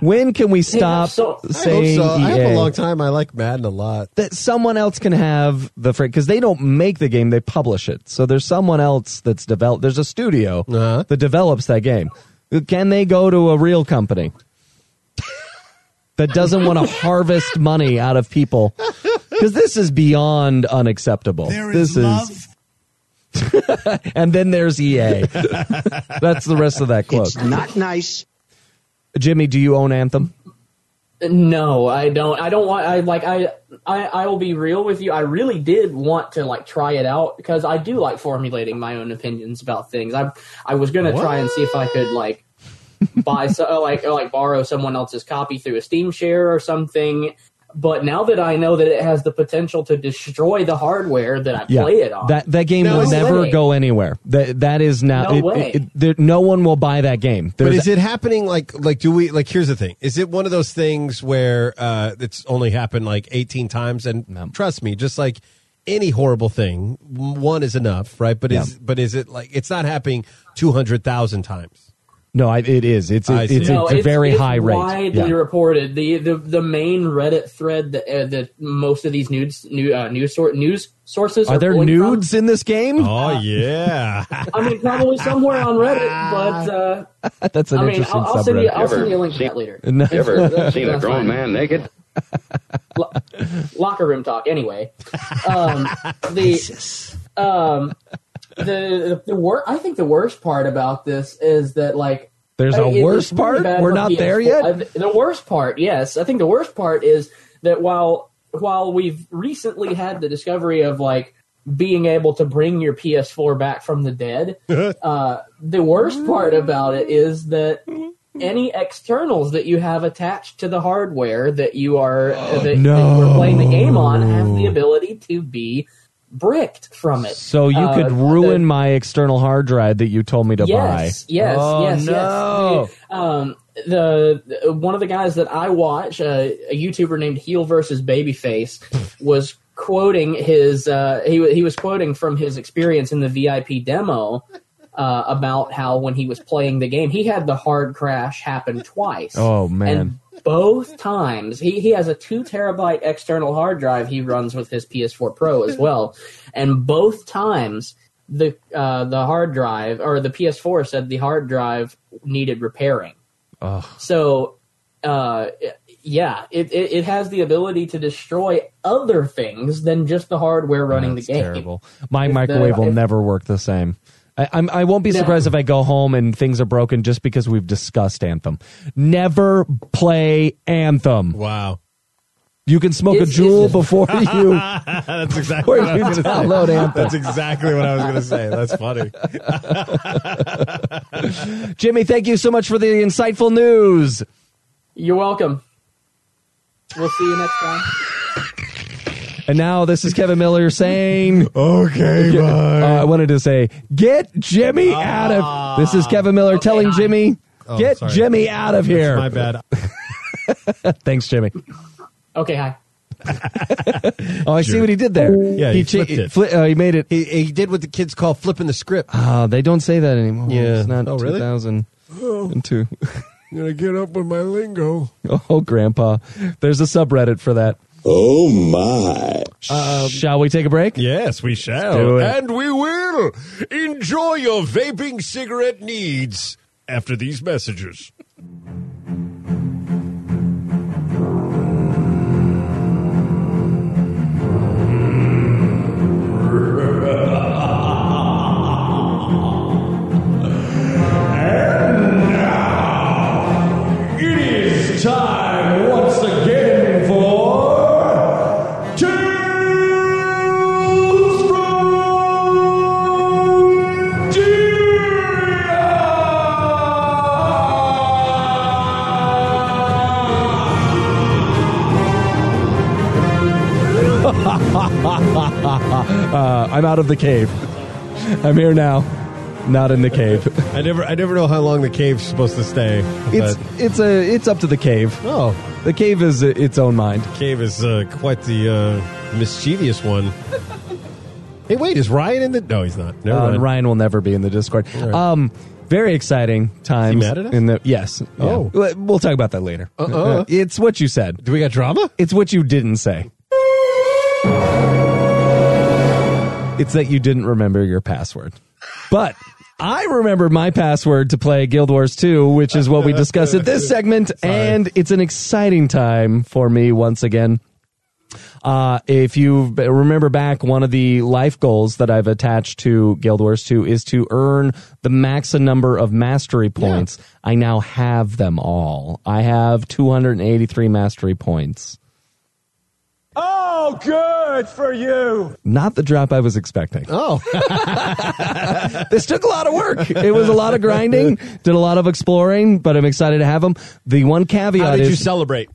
when can we stop so- I hope saying I hope so. I EA? have E a long time. I like Madden a lot. that someone else can have the free because they don't make the game; they publish it. So there's someone else that's developed. There's a studio Uh. Uh-huh. that develops that game. Can they go to a real company that doesn't want to harvest money out of people? Because this is beyond unacceptable. this and then there's EA. That's the rest of that quote. Not nice. Jimmy, do you own Anthem? No, I don't. I don't want. I like. I. I. I will be real with you. I really did want to like try it out because I do like formulating my own opinions about things. I. I was gonna try and see if I could like buy so uh, like or, like borrow someone else's copy through a Steam share or something. But now that I know that it has the potential to destroy the hardware that I play it on, That that game No will never way. go anywhere. That that is now No it, way. it- it- there, no one will buy that game. But There's- is it happening like like do we like here's the thing. Is it one of those things where uh it's only happened like 18 times and trust me just like any horrible thing one is enough, right? But is Yeah. but is it like it's not happening 200,000 times. no, I, it is. It's I it, it's see. a, No, a very high rate. Widely Yeah. reported. The, the the main Reddit thread that uh, that most of these nudes new uh, news sort news sources are, Are there pulling from- nudes in this game? Oh yeah. I mean, probably somewhere on Reddit, but uh, That's an I mean, interesting I'll, I'll send you subreddit. I'll send Ever you a link to that later. No. Ever seen a grown man naked? Lo- locker room talk. Anyway, um, the um, the the wor- I think the worst part about this is that like There's I- a it- it's worse really part? bad We're for not PS4. there yet? I- the worst part, yes. I think the worst part is that while while we've recently had the discovery of like being able to bring your PS4 back from the dead, uh, the worst part about it is that any externals that you have attached to the hardware that you are that, that Oh, No. we're playing the game on have the ability to be bricked from it. So you Uh, could ruin my external hard drive that you told me to yes, buy. Yes, Oh, yes, no. yes. The, um, the the- one of the guys that I watch, uh, a YouTuber named Heel versus Babyface, was quoting his uh, he wa- he was quoting from his experience in the VIP demo. Uh, about how when he was playing the game, he had the hard crash happen twice. Oh, man. And both times, he, he has a two terabyte external hard drive he runs with his PS4 Pro as well. And both times, the uh, the hard drive or the PS4 said the hard drive needed repairing. Ugh. So, uh, yeah, it, it it has the ability to destroy other things than just the hardware running the game. terrible. My If the- microwave will if- never work the same. I, I'm, I won't be No. surprised if I go home and things are broken just because we've discussed Anthem. Never play Anthem. Wow. You can smoke It's- a jewel it's- before you. That's exactly what before I you was gonna say. download Anthem. That's exactly what I was going to say. That's funny. Jimmy, thank you so much for the insightful news. You're welcome. We'll see you next time. And now this is Kevin Miller saying, uh, "Okay, bye." I wanted to say, "Get Jimmy out of." This is Kevin Miller telling Jimmy, Oh, "Get sorry. Jimmy out of here." That's my bad. Thanks, Jimmy. Okay, hi. Oh, I see what he did there. Yeah, he flipped it. fli- uh, he made it. He, he did what the kids call flipping the script. Ah, they don't say that anymore. Yeah. It's not Oh, really? 2002. I'm going to get up with my lingo. Oh, Grandpa. There's a subreddit for that. Um, Oh, my. Shall we take a break? Uh, Yes, we do shall. it. And we will. Enjoy your vaping cigarette needs after these messages. It is time once again for Tales from uh, I'm out of the cave. I'm here now, not in the cave. I never I never know how long the cave's supposed to stay. It's but it's a it's up to the cave. Oh, the cave is uh, its own mind. cave is uh, quite the uh, mischievous one. hey, wait, is Ryan in the No, he's not. Never Uh, mind. Ryan will never be in the Discord. right. Um, very exciting times. mad at us? In the yes. Yeah. Oh. Well, we'll talk about that later. Uh-uh. It's what you said. Do we got drama? It's what you didn't say. It's that you didn't remember your password, but. I remember my password to play Guild Wars 2, which is what we discussed at this segment, and it's an exciting time for me once again. Uh, if you b- remember back, one of the life goals that I've attached to Guild Wars 2 is to earn the max number of mastery points. I now have them all. I have 283 mastery points. Oh, good for you. Not the drop I was expecting. Oh. this took a lot of work. It was a lot of grinding, did a lot of exploring, but I'm excited to have them. The one caveat How did is you celebrate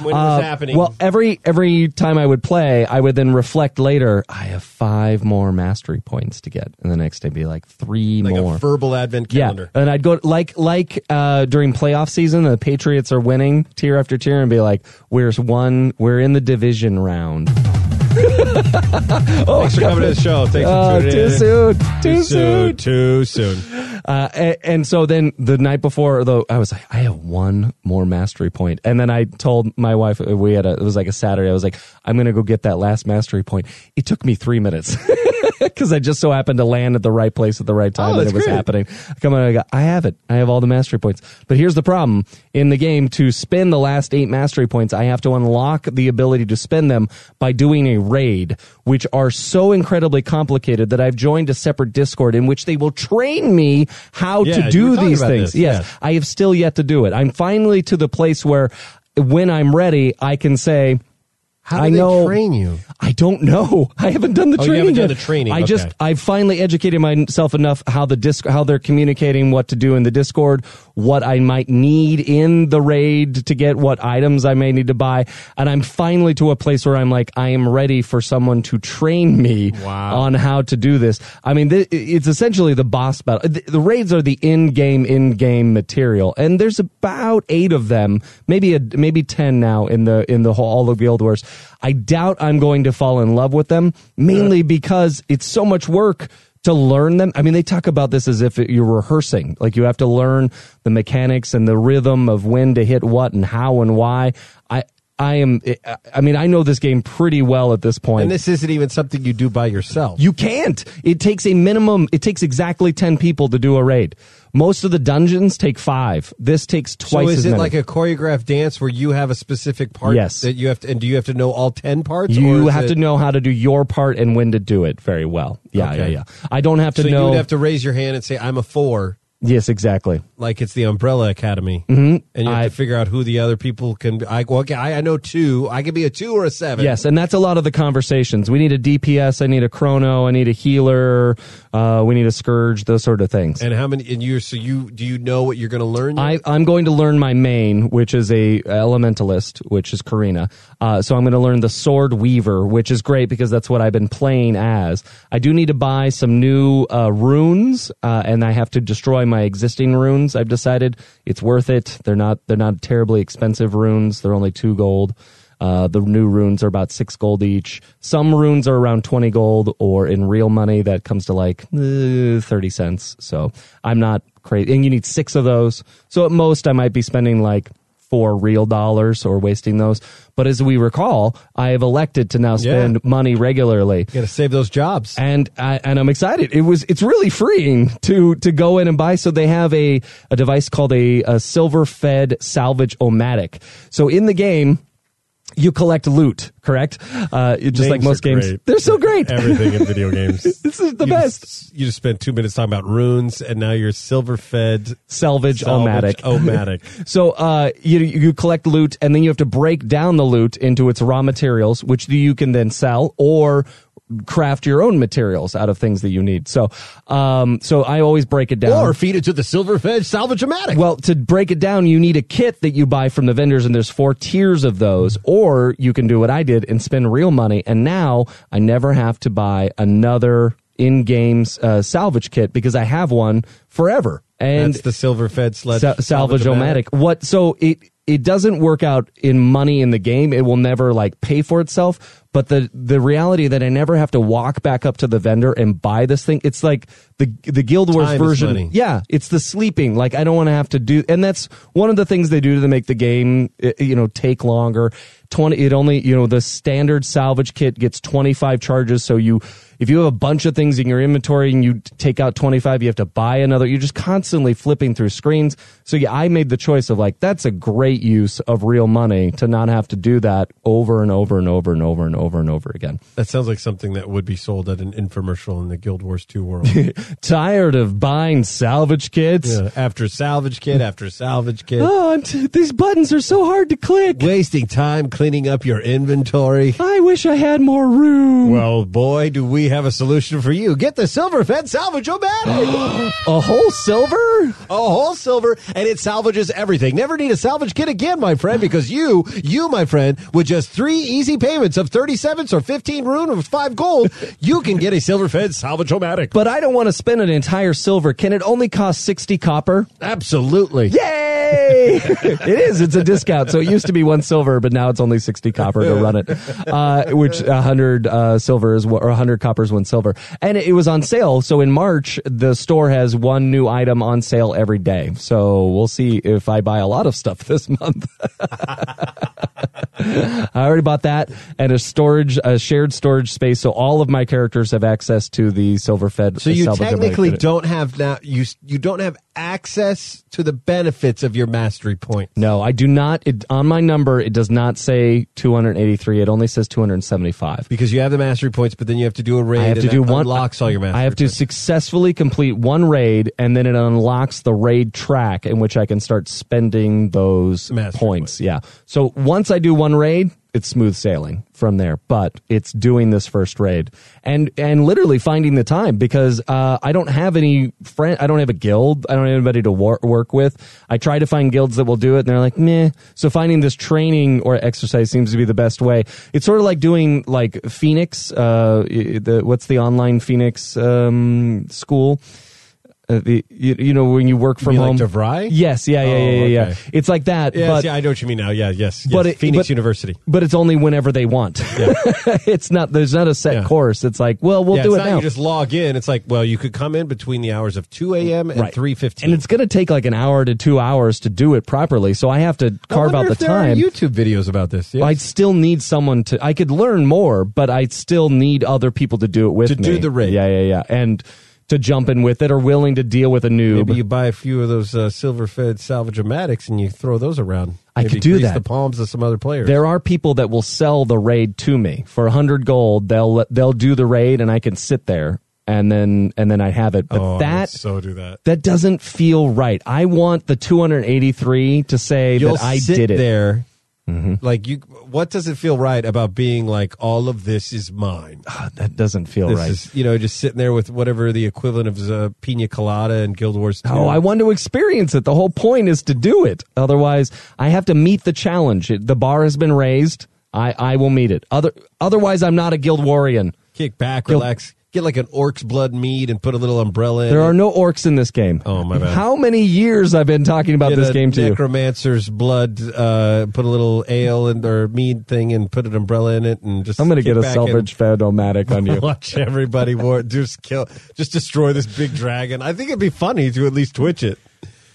when it Uh, was happening? Well, every every time I would play, I would then reflect later. I have five more mastery points to get, and the next day be like three like more. a verbal advent calendar. Yeah, and I'd go like like uh, during playoff season, the Patriots are winning tier after tier, and be like, "Where's one? We're in the division round." oh, Thanks for coming to the show. Thanks for Oh, tuning too in. soon. Too soon. Too soon. Uh, and, and so then the night before, though, I was like, I have one more mastery point. And then I told my wife, uh, we had a, it was like a Saturday. I was like, I'm going to go get that last mastery point. It took me three minutes because I just so happened to land at the right place at the right time Oh, and that's it was great. happening. I Come on, I go, I have it. I have all the mastery points. But here's the problem in the game to spend the last eight mastery points, I have to unlock the ability to spend them by doing a raid, which are so incredibly complicated that I've joined a separate Discord in which they will train me how Yeah, to you were do talking these about things. this, yes, yes. I have still yet to do it. I'm finally to the place where when I'm ready, I can say, How do I they know, train you? I don't know. I haven't done the Oh, you training. haven't done yet. the training. I Okay. just I've finally educated myself enough how the disc how they're communicating what to do in the Discord, what I might need in the raid to get what items I may need to buy, and I'm finally to a place where I'm like I am ready for someone to train me on how to do this. I mean, th- it's essentially the boss battle. The, the raids are the in-game in-game material, and there's about eight of them, maybe a, maybe ten now in the in the whole all the guild wars. I doubt I'm going to fall in love with them, mainly because it's so much work to learn them. I mean, they talk about this as if you're rehearsing. Like you have to learn the mechanics and the rhythm of when to hit what and how and why. I I am. I mean, I know this game pretty well at this point. And this isn't even something you do by yourself. You can't. It takes a minimum. It takes exactly ten people to do a raid. Most of the dungeons take five. This takes twice. so is as it many. like a choreographed dance where you have a specific part Yes. that you have to and do you have to know all 10 parts you or is have it- to know how to do your part and when to do it very well. Yeah, Okay. yeah, yeah. I don't have to so know. you would have to raise your hand and say I'm a 4 yes, exactly. like it's the Umbrella Academy. Mhm. And you have to figure out who the other people can be. I, well, okay, I, I know 2. I could be a 2 or a 7. Yes, and that's a lot of the conversations. We need a DPS. I need a chrono. I need a healer. Uh, we need a scourge. Those sort of things. And how many and you so you do you know what you're going to learn? I, I'm going to learn my main, which is a elementalist, which is Karina. Uh, so I'm going to learn the sword weaver, which is great because that's what I've been playing as. I do need to buy some new uh, runes, uh, and I have to destroy my existing runes. I've decided it's worth it. They're not they're not terribly expensive runes. They're only two gold. Uh, the new runes are about six gold each. Some runes are around 20 gold, or in real money, that comes to like eh, 30 cents. So I'm not crazy. And you need six of those. So at most, I might be spending like four real dollars or wasting those. But as we recall, I have elected to now spend money regularly. Got to save those jobs. And I, and I'm excited. It was it's really freeing to to go in and buy. So they have a a device called a, a silver fed salvage omatic. So in the game. You collect loot, correct? Uh, just like Names are most games, great. they're so great. Everything in video games. this is the You best. just- you just spent 2 minutes talking about runes and now you're silver fed salvage omatic. Oh. Omatic. so uh, you you collect loot, and then you have to break down the loot into its raw materials, which you can then sell or craft your own materials out of things that you need. So, um, so I always break it down or feed it to the silver fed salvage omatic. Um, well, to break it down, you need a kit that you buy from the vendors, and there's four tiers of those. Or you can do what I did and spend real money. And now I never have to buy another in game uh, salvage kit because I have one forever. And That's the silver fed sledge Sa- salvage salvage-o-matic. omatic. What? So it it doesn't work out in money in the game. It will never like pay for itself. But the the reality that I never have to walk back up to the vendor and buy this thing. It's like the the Guild Wars Time is version. money. Yeah, it's the sleeping. Like I don't want to have to do. And that's one of the things they do to make the game i- you know take longer. Twenty. It only you know the standard salvage kit gets twenty five charges. So you. If you have a bunch of things in your inventory and you t- take out 25, you have to buy another. You're just constantly flipping through screens. So yeah, I made the choice of like, that's a great use of real money to not have to do that over and over and over and over and over and over again. That sounds like something that would be sold at an infomercial in the Guild Wars 2 world. Tired of buying salvage kits? Yeah, after salvage kit, after salvage kit. Oh, I'm t- these buttons are so hard to click. Wasting time cleaning up your inventory. I wish I had more room. Well, boy, do we have a solution for you. Get the silver fed salvage o a whole silver? a whole silver, and it salvages everything. Never need a salvage kit again, my friend, because you, you, my friend, with just three easy payments of 37s or 15 rune or 5 gold, you can get a silver fed salvage o But I don't want to spend an entire silver. Can it only cost 60 copper? Absolutely. Yay! it is. It's a discount. So it used to be one silver, but now it's only sixty copper to run it, uh, which a hundred uh, silver is one- or a hundred copper is one silver. And it was on sale. So in March, the store has one new item on sale every day. So we'll see if I buy a lot of stuff this month. I already bought that and a storage, a shared storage space, so all of my characters have access to the silver fed. So you salvageable technically unit. don't have now you you don't have access to the benefits of your mastery point. No, I do not. It, on my number, it does not say 283. It only says 275. Because you have the mastery points, but then you have to do a raid. I have and to that do one. Unlocks all your mastery. I have to successfully complete one raid, and then it unlocks the raid track in which I can start spending those points. Yeah. So once I do one raid, it's smooth sailing from there. But it's doing this first raid and and literally finding the time because uh, I don't have any friend. I don't have a guild. I don't have anybody to wor- work with. I try to find guilds that will do it, and they're like, meh. So finding this training or exercise seems to be the best way. It's sort of like doing like Phoenix. Uh, i- the what's the online Phoenix um, school? Uh, the you, you know when you work from mean like home, DeVry? Yes, yeah, yeah, Oh, yeah, yeah, yeah. okay. It's like that, Yeah, but see, I know what you mean now. Yeah, yes, yes. But it- Phoenix but- University. but it's only whenever they want. it's not there's not a set course. It's like, well, we'll yeah, it's do it not now. You just log in. It's like, well, you could come in between the hours of two a.m. and Right. three fifteen. and it's going to take like an hour to two hours to do it properly. So I have to carve out wonder the if there are time. YouTube videos about this. yes. I'd still need someone to. I could learn more, but I'd still need other people to do it with To me. do the raid. yeah, yeah, yeah, and to jump in with it, or willing to deal with a noob. Maybe you buy a few of those uh, silver-fed salvagematics and you throw those around. I Maybe could do grease that. The palms of some other players. There are people that will sell the raid to me for hundred gold. They'll they'll do the raid, and I can sit there, and then and then I have it. But oh, I would that so do that. that doesn't feel right. I want the 283 to say You'll that I sit did it. Mm-hmm. there. Like you, what does it feel right about being like all of this is mine? That doesn't feel This right. is you know just sitting there with whatever the equivalent of uh, pina colada and Guild Wars. 2. No, Oh, I want to experience it. The whole point is to do it. Otherwise, I have to meet the challenge. It, the bar has been raised. I, I will meet it. Other otherwise, I'm not a guild warrior. kick back, Guild- relax, get like an orc's blood mead and put a little umbrella. in There it. are no orcs in this game. Oh my bad. How many years I've been talking about Get this a game to you? necromancer's blood. Uh, put a little ale and or mead thing and put an umbrella in it and just. I'm going to kick get a back salvage fed-o-matic on and you. Watch everybody war just kill, just destroy this big dragon. I think it'd be funny to at least twitch it.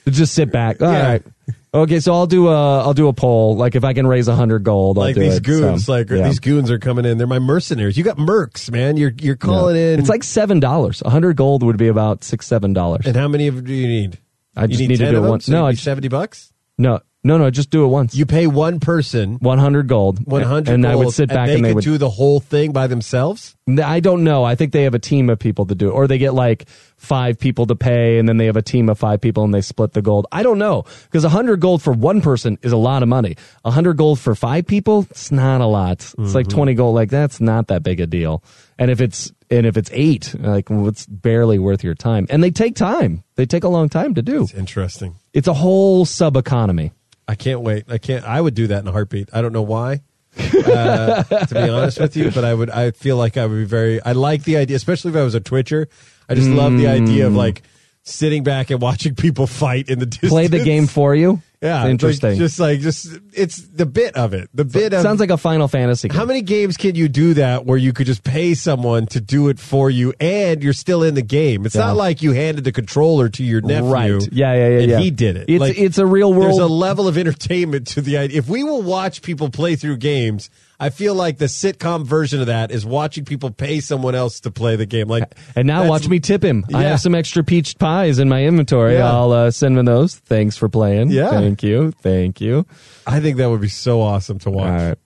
Just sit back. All right. Yeah. Okay, so I'll do a I'll do a poll. Like if I can raise hundred gold, I'll like do these it. So, goons, like yeah. these goons are coming in. They're my mercenaries. You got mercs, man. You're you're calling in. It's like seven dollars. A hundred gold would be about six seven dollars. and how many of do you need? I just you need to 10 do of it them? once. So No, it'd I be just- seventy bucks. No, no, no. Just do it once. You pay one person one hundred gold. one hundred, And I would sit back They and they could would. do the whole thing by themselves. I don't know. I think they have a team of people to do it, or they get like five people to pay, and then they have a team of five people, and they split the gold. I don't know because a hundred gold for one person is a lot of money. A hundred gold for five people, it's not a lot. It's Mm-hmm. like twenty gold. Like that's not that big a deal. And if it's and if it's eight, like well, it's barely worth your time. And they take time. They take a long time to do. Interesting. It's a whole sub economy. I can't wait. I can't. I would do that in a heartbeat. I don't know why. uh, to be honest with you, but I would. I feel like I would be very. I like the idea, especially if I was a Twitcher. I just love the idea of Mm. like sitting back and watching people fight in the distance. Play the game for you. Yeah, It's like, interesting. just like just it's the bit of it. The bit of sounds like a Final Fantasy. Game. how many games can you do that where you could just pay someone to do it for you and you're still in the game? It's Yeah. not like you handed the controller to your nephew. Right. Yeah, yeah, yeah, And yeah. he did it. It's- Like, it's a real There's world- a level of entertainment to the idea. If we will watch people play through games, I feel like the sitcom version of that is watching people pay someone else to play the game. Like, And now that's- watch me tip him. I Yeah. have some extra peach pies in my inventory. Yeah. I'll uh, send him those. Thanks for playing. Yeah. Thank you. Thank you. I think that would be so awesome to watch. All right.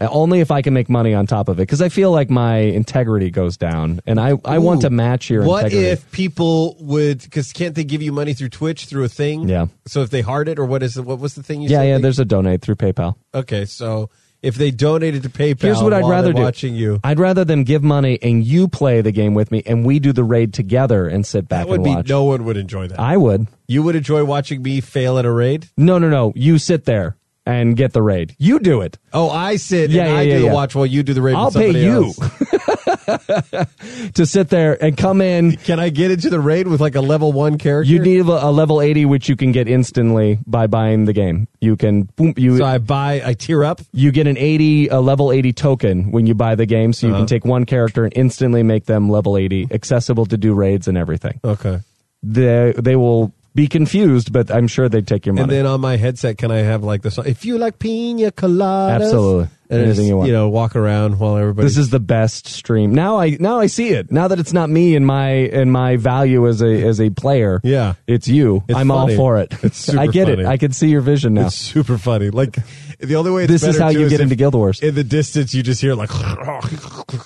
Uh, Only if I can make money on top of it, because I feel like my integrity goes down, and I, I want to match your What integrity. if people would? Because can't they give you money through Twitch through a thing? Yeah. So if they heart it, or what is it? What was the thing you yeah, said? yeah. They- There's a donate through PayPal. Okay, so if they donated to PayPal, Here's what I'd while rather they're do. Watching you, I'd rather them give money and you play the game with me, and we do the raid together and sit back that would and be watch. no one would enjoy that. I would. you would enjoy watching me fail at a raid. No, no, no. You sit there and get the raid. You do it. Oh, I sit Yeah, and yeah, I yeah, do yeah. the watch while you do the raid. I'll with pay somebody you. else. to sit there and come in. Can I get into the raid with like a level one character? You need a, a level 80, which you can get instantly by buying the game. You can boom, you So I buy, I tear up. you get an 80, a level 80 token when you buy the game, so you Uh-huh. can take one character and instantly make them level 80, accessible to do raids and everything. Okay. They they will be confused, but I'm sure they'd take your money. And then on my headset, can I have like the song? If you like pina coladas, Absolutely. and Anything just, you you, want. know, walk around while everybody. this is the best stream. Now I now I see it. Now that it's not me and my and my value as a as a player. Yeah. It's you. It's I'm funny. all for it. It's super I get it. funny. I can see your vision now. It's super funny. Like the only way. It's This is better, how too, you get if into Guild Wars. In the distance, you just hear like,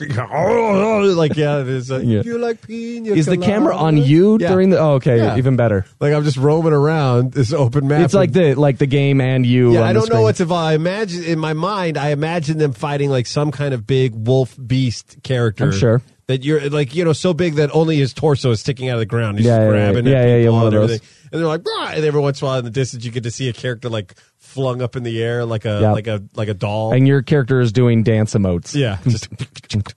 like yeah, it's like, Yeah. if you like pina. Is the camera on coladas?" you Yeah. during the Oh, okay, Yeah. even better. Like I'm just roaming around this open map. It's like the like the game and you Yeah, on I the don't know screen. what's involved. I imagine in my mind, I imagine them fighting like some kind of big wolf beast character. I'm sure. that you're like you know so big that only his torso is sticking out of the ground. He's Yeah, just yeah, yeah. grabbing Yeah, at yeah, yeah, people one of and those. everything. And they're like, "Rah!" and every once in a while in the distance, you get to see a character like flung up in the air like a Yeah. like a like a doll. and your character is doing dance emotes. yeah, just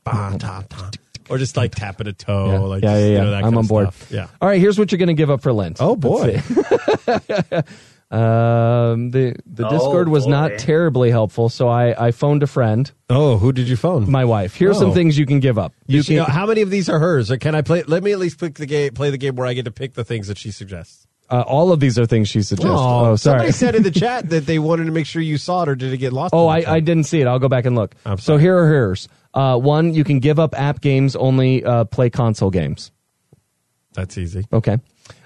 bah, ta, ta. or just like tapping a toe. Yeah, Oh, Like yeah, just, yeah. you yeah. know, that I'm kind on of board. stuff. Yeah. All right, here's what you're going to give up for Lent. Oh boy. Um, the the Oh, Discord was boy. not terribly helpful, so I I phoned a friend, oh, who did you phone? my wife. Here's some Oh. things you can give up. You, You can, should- how many of these are hers? Or can I play? Let me at least pick the game. Play the game where I get to pick the things that she suggests. uh, all of these are things she suggested. Aw, oh, sorry. Somebody said in the chat that they wanted to make sure you saw it, or did it get lost? Oh, in the I, I chat? didn't see it. I'll go back and look. I'm So sorry. here are hers. Uh, one, you can give up app games, only uh, play console games. That's easy. Okay.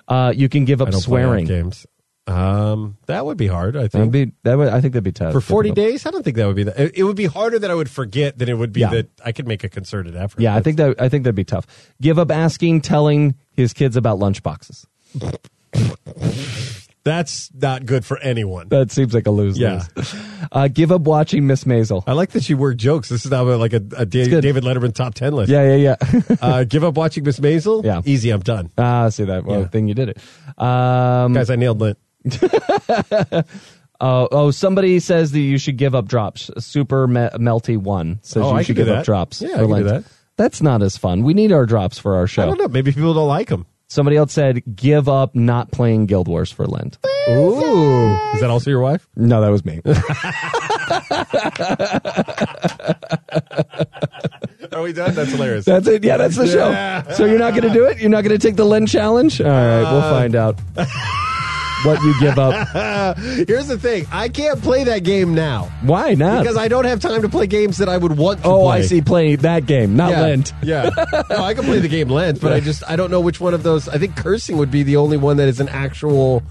Uh, you can give I up don't play swearing. app games. Um, that would be hard. I That'd think be that would I think that'd be tough for forty difficult. days. I don't think that would be that. It, it would be harder that I would forget than it would be Yeah. that I could make a concerted effort. Yeah, I think that I think that'd be tough. Give up asking, telling his kids about lunchboxes. that's not good for anyone. That seems like a lose. Yeah. Uh, give up watching Miss Maisel. I like that you work jokes. This is now uh, like a, a Da- good. David Letterman top ten list. Yeah, yeah, yeah. Uh, give up watching Miss Maisel. Yeah. Easy. I'm done, Ah, I see that. Well, Yeah. then you did it. Um, guys. I nailed it. oh, oh, somebody says that you should give up drops. Super me- Melty One says Oh, you I should can do give up that. drops. Yeah, I for can do Lent. that. That's not as fun. We need our drops for our I don't show. know. Maybe people don't like him. Somebody else said give up not playing Guild Wars for Lent. Ooh. Is that also your wife? No, that was me. Are we done? That's hilarious. that's it. Yeah, that's the show. Yeah. So you're not going to do it? You're not going to take the Lent challenge? All right, we'll Uh, find out what you give up. Here's the thing. I can't play that game now Why not? because I don't have time to play games that I would want to oh, play. I see. Play that game, not Yeah. Lent. Yeah. No, I can play the game Lent, but I just I don't know which one of those. I think cursing would be the only one that is an actual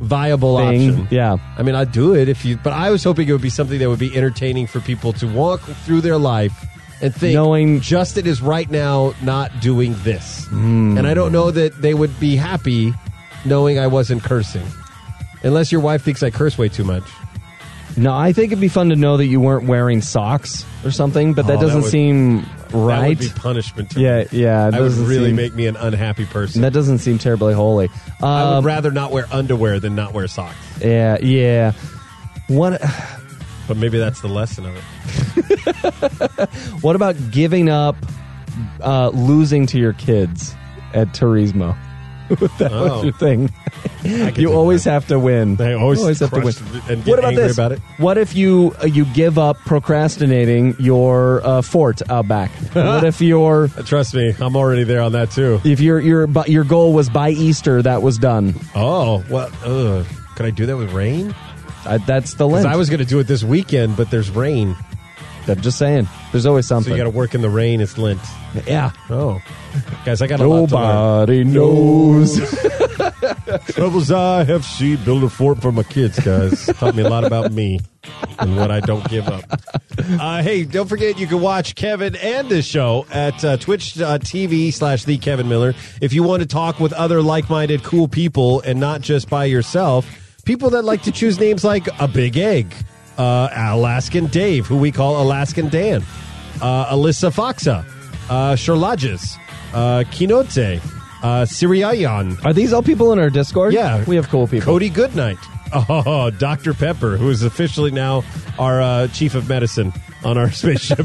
viable Thing. option. Yeah. I mean, I'd do it if you but I was hoping it would be something that would be entertaining for people to walk through their life and think Knowing- Justin is right now not doing this. Hmm. And I don't know that they would be happy knowing I wasn't cursing. Unless your wife thinks I curse way too much. No, I think it'd be fun to know that you weren't wearing socks or something, but that Oh, that doesn't would- seem That right. would be punishment to yeah, me. yeah. it That would doesn't really seem- make me an unhappy person. That doesn't seem terribly holy. I Um, would rather not wear underwear than not wear socks. yeah, yeah. What? But maybe that's the lesson of it. What about giving up uh, losing to your kids at Turismo? that Oh. was your thing. could You do always that. have to win. I always have to win. crush and get angry about it. What if you uh, you give up procrastinating your uh, fort out back? what if your Trust me, I'm already there on that too. if your your but your goal was by Easter that was done? Oh, well, ugh. could I do that with rain? I, that's the Because lens. I was going to do it this weekend, but there's rain, I'm just saying. There's always so something. you got to work in the rain. It's Lent. yeah. Oh, guys, I got a lot to learn. Nobody knows. Troubles I have seen, build a fort for my kids, guys. Taught me a lot about me and what I don't give up. Uh, hey, don't forget you can watch Kevin and this show at uh, twitch.tv slash the Kevin Miller. If you want to talk with other like minded cool people and not just by yourself, people that like to choose names like a big egg, uh, Alaskan Dave, who we call Alaskan Dan, uh, Alyssa Foxa, uh, Sherlages, uh, Kinote, uh, Siriayan, Are these all people in our Discord? yeah, We have cool people. Cody Goodnight. Oh, Dr. Pepper, who is officially now our uh, chief of medicine on our spaceship.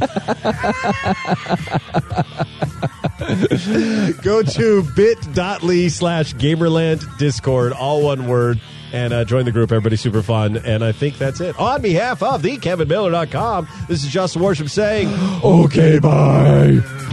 Go to bit.ly slash gamerland discord, all one word, and uh, join the group. Everybody's super fun. And I think that's it. On behalf of the KevinMiller.com, this is Justin Worship saying, Okay, bye.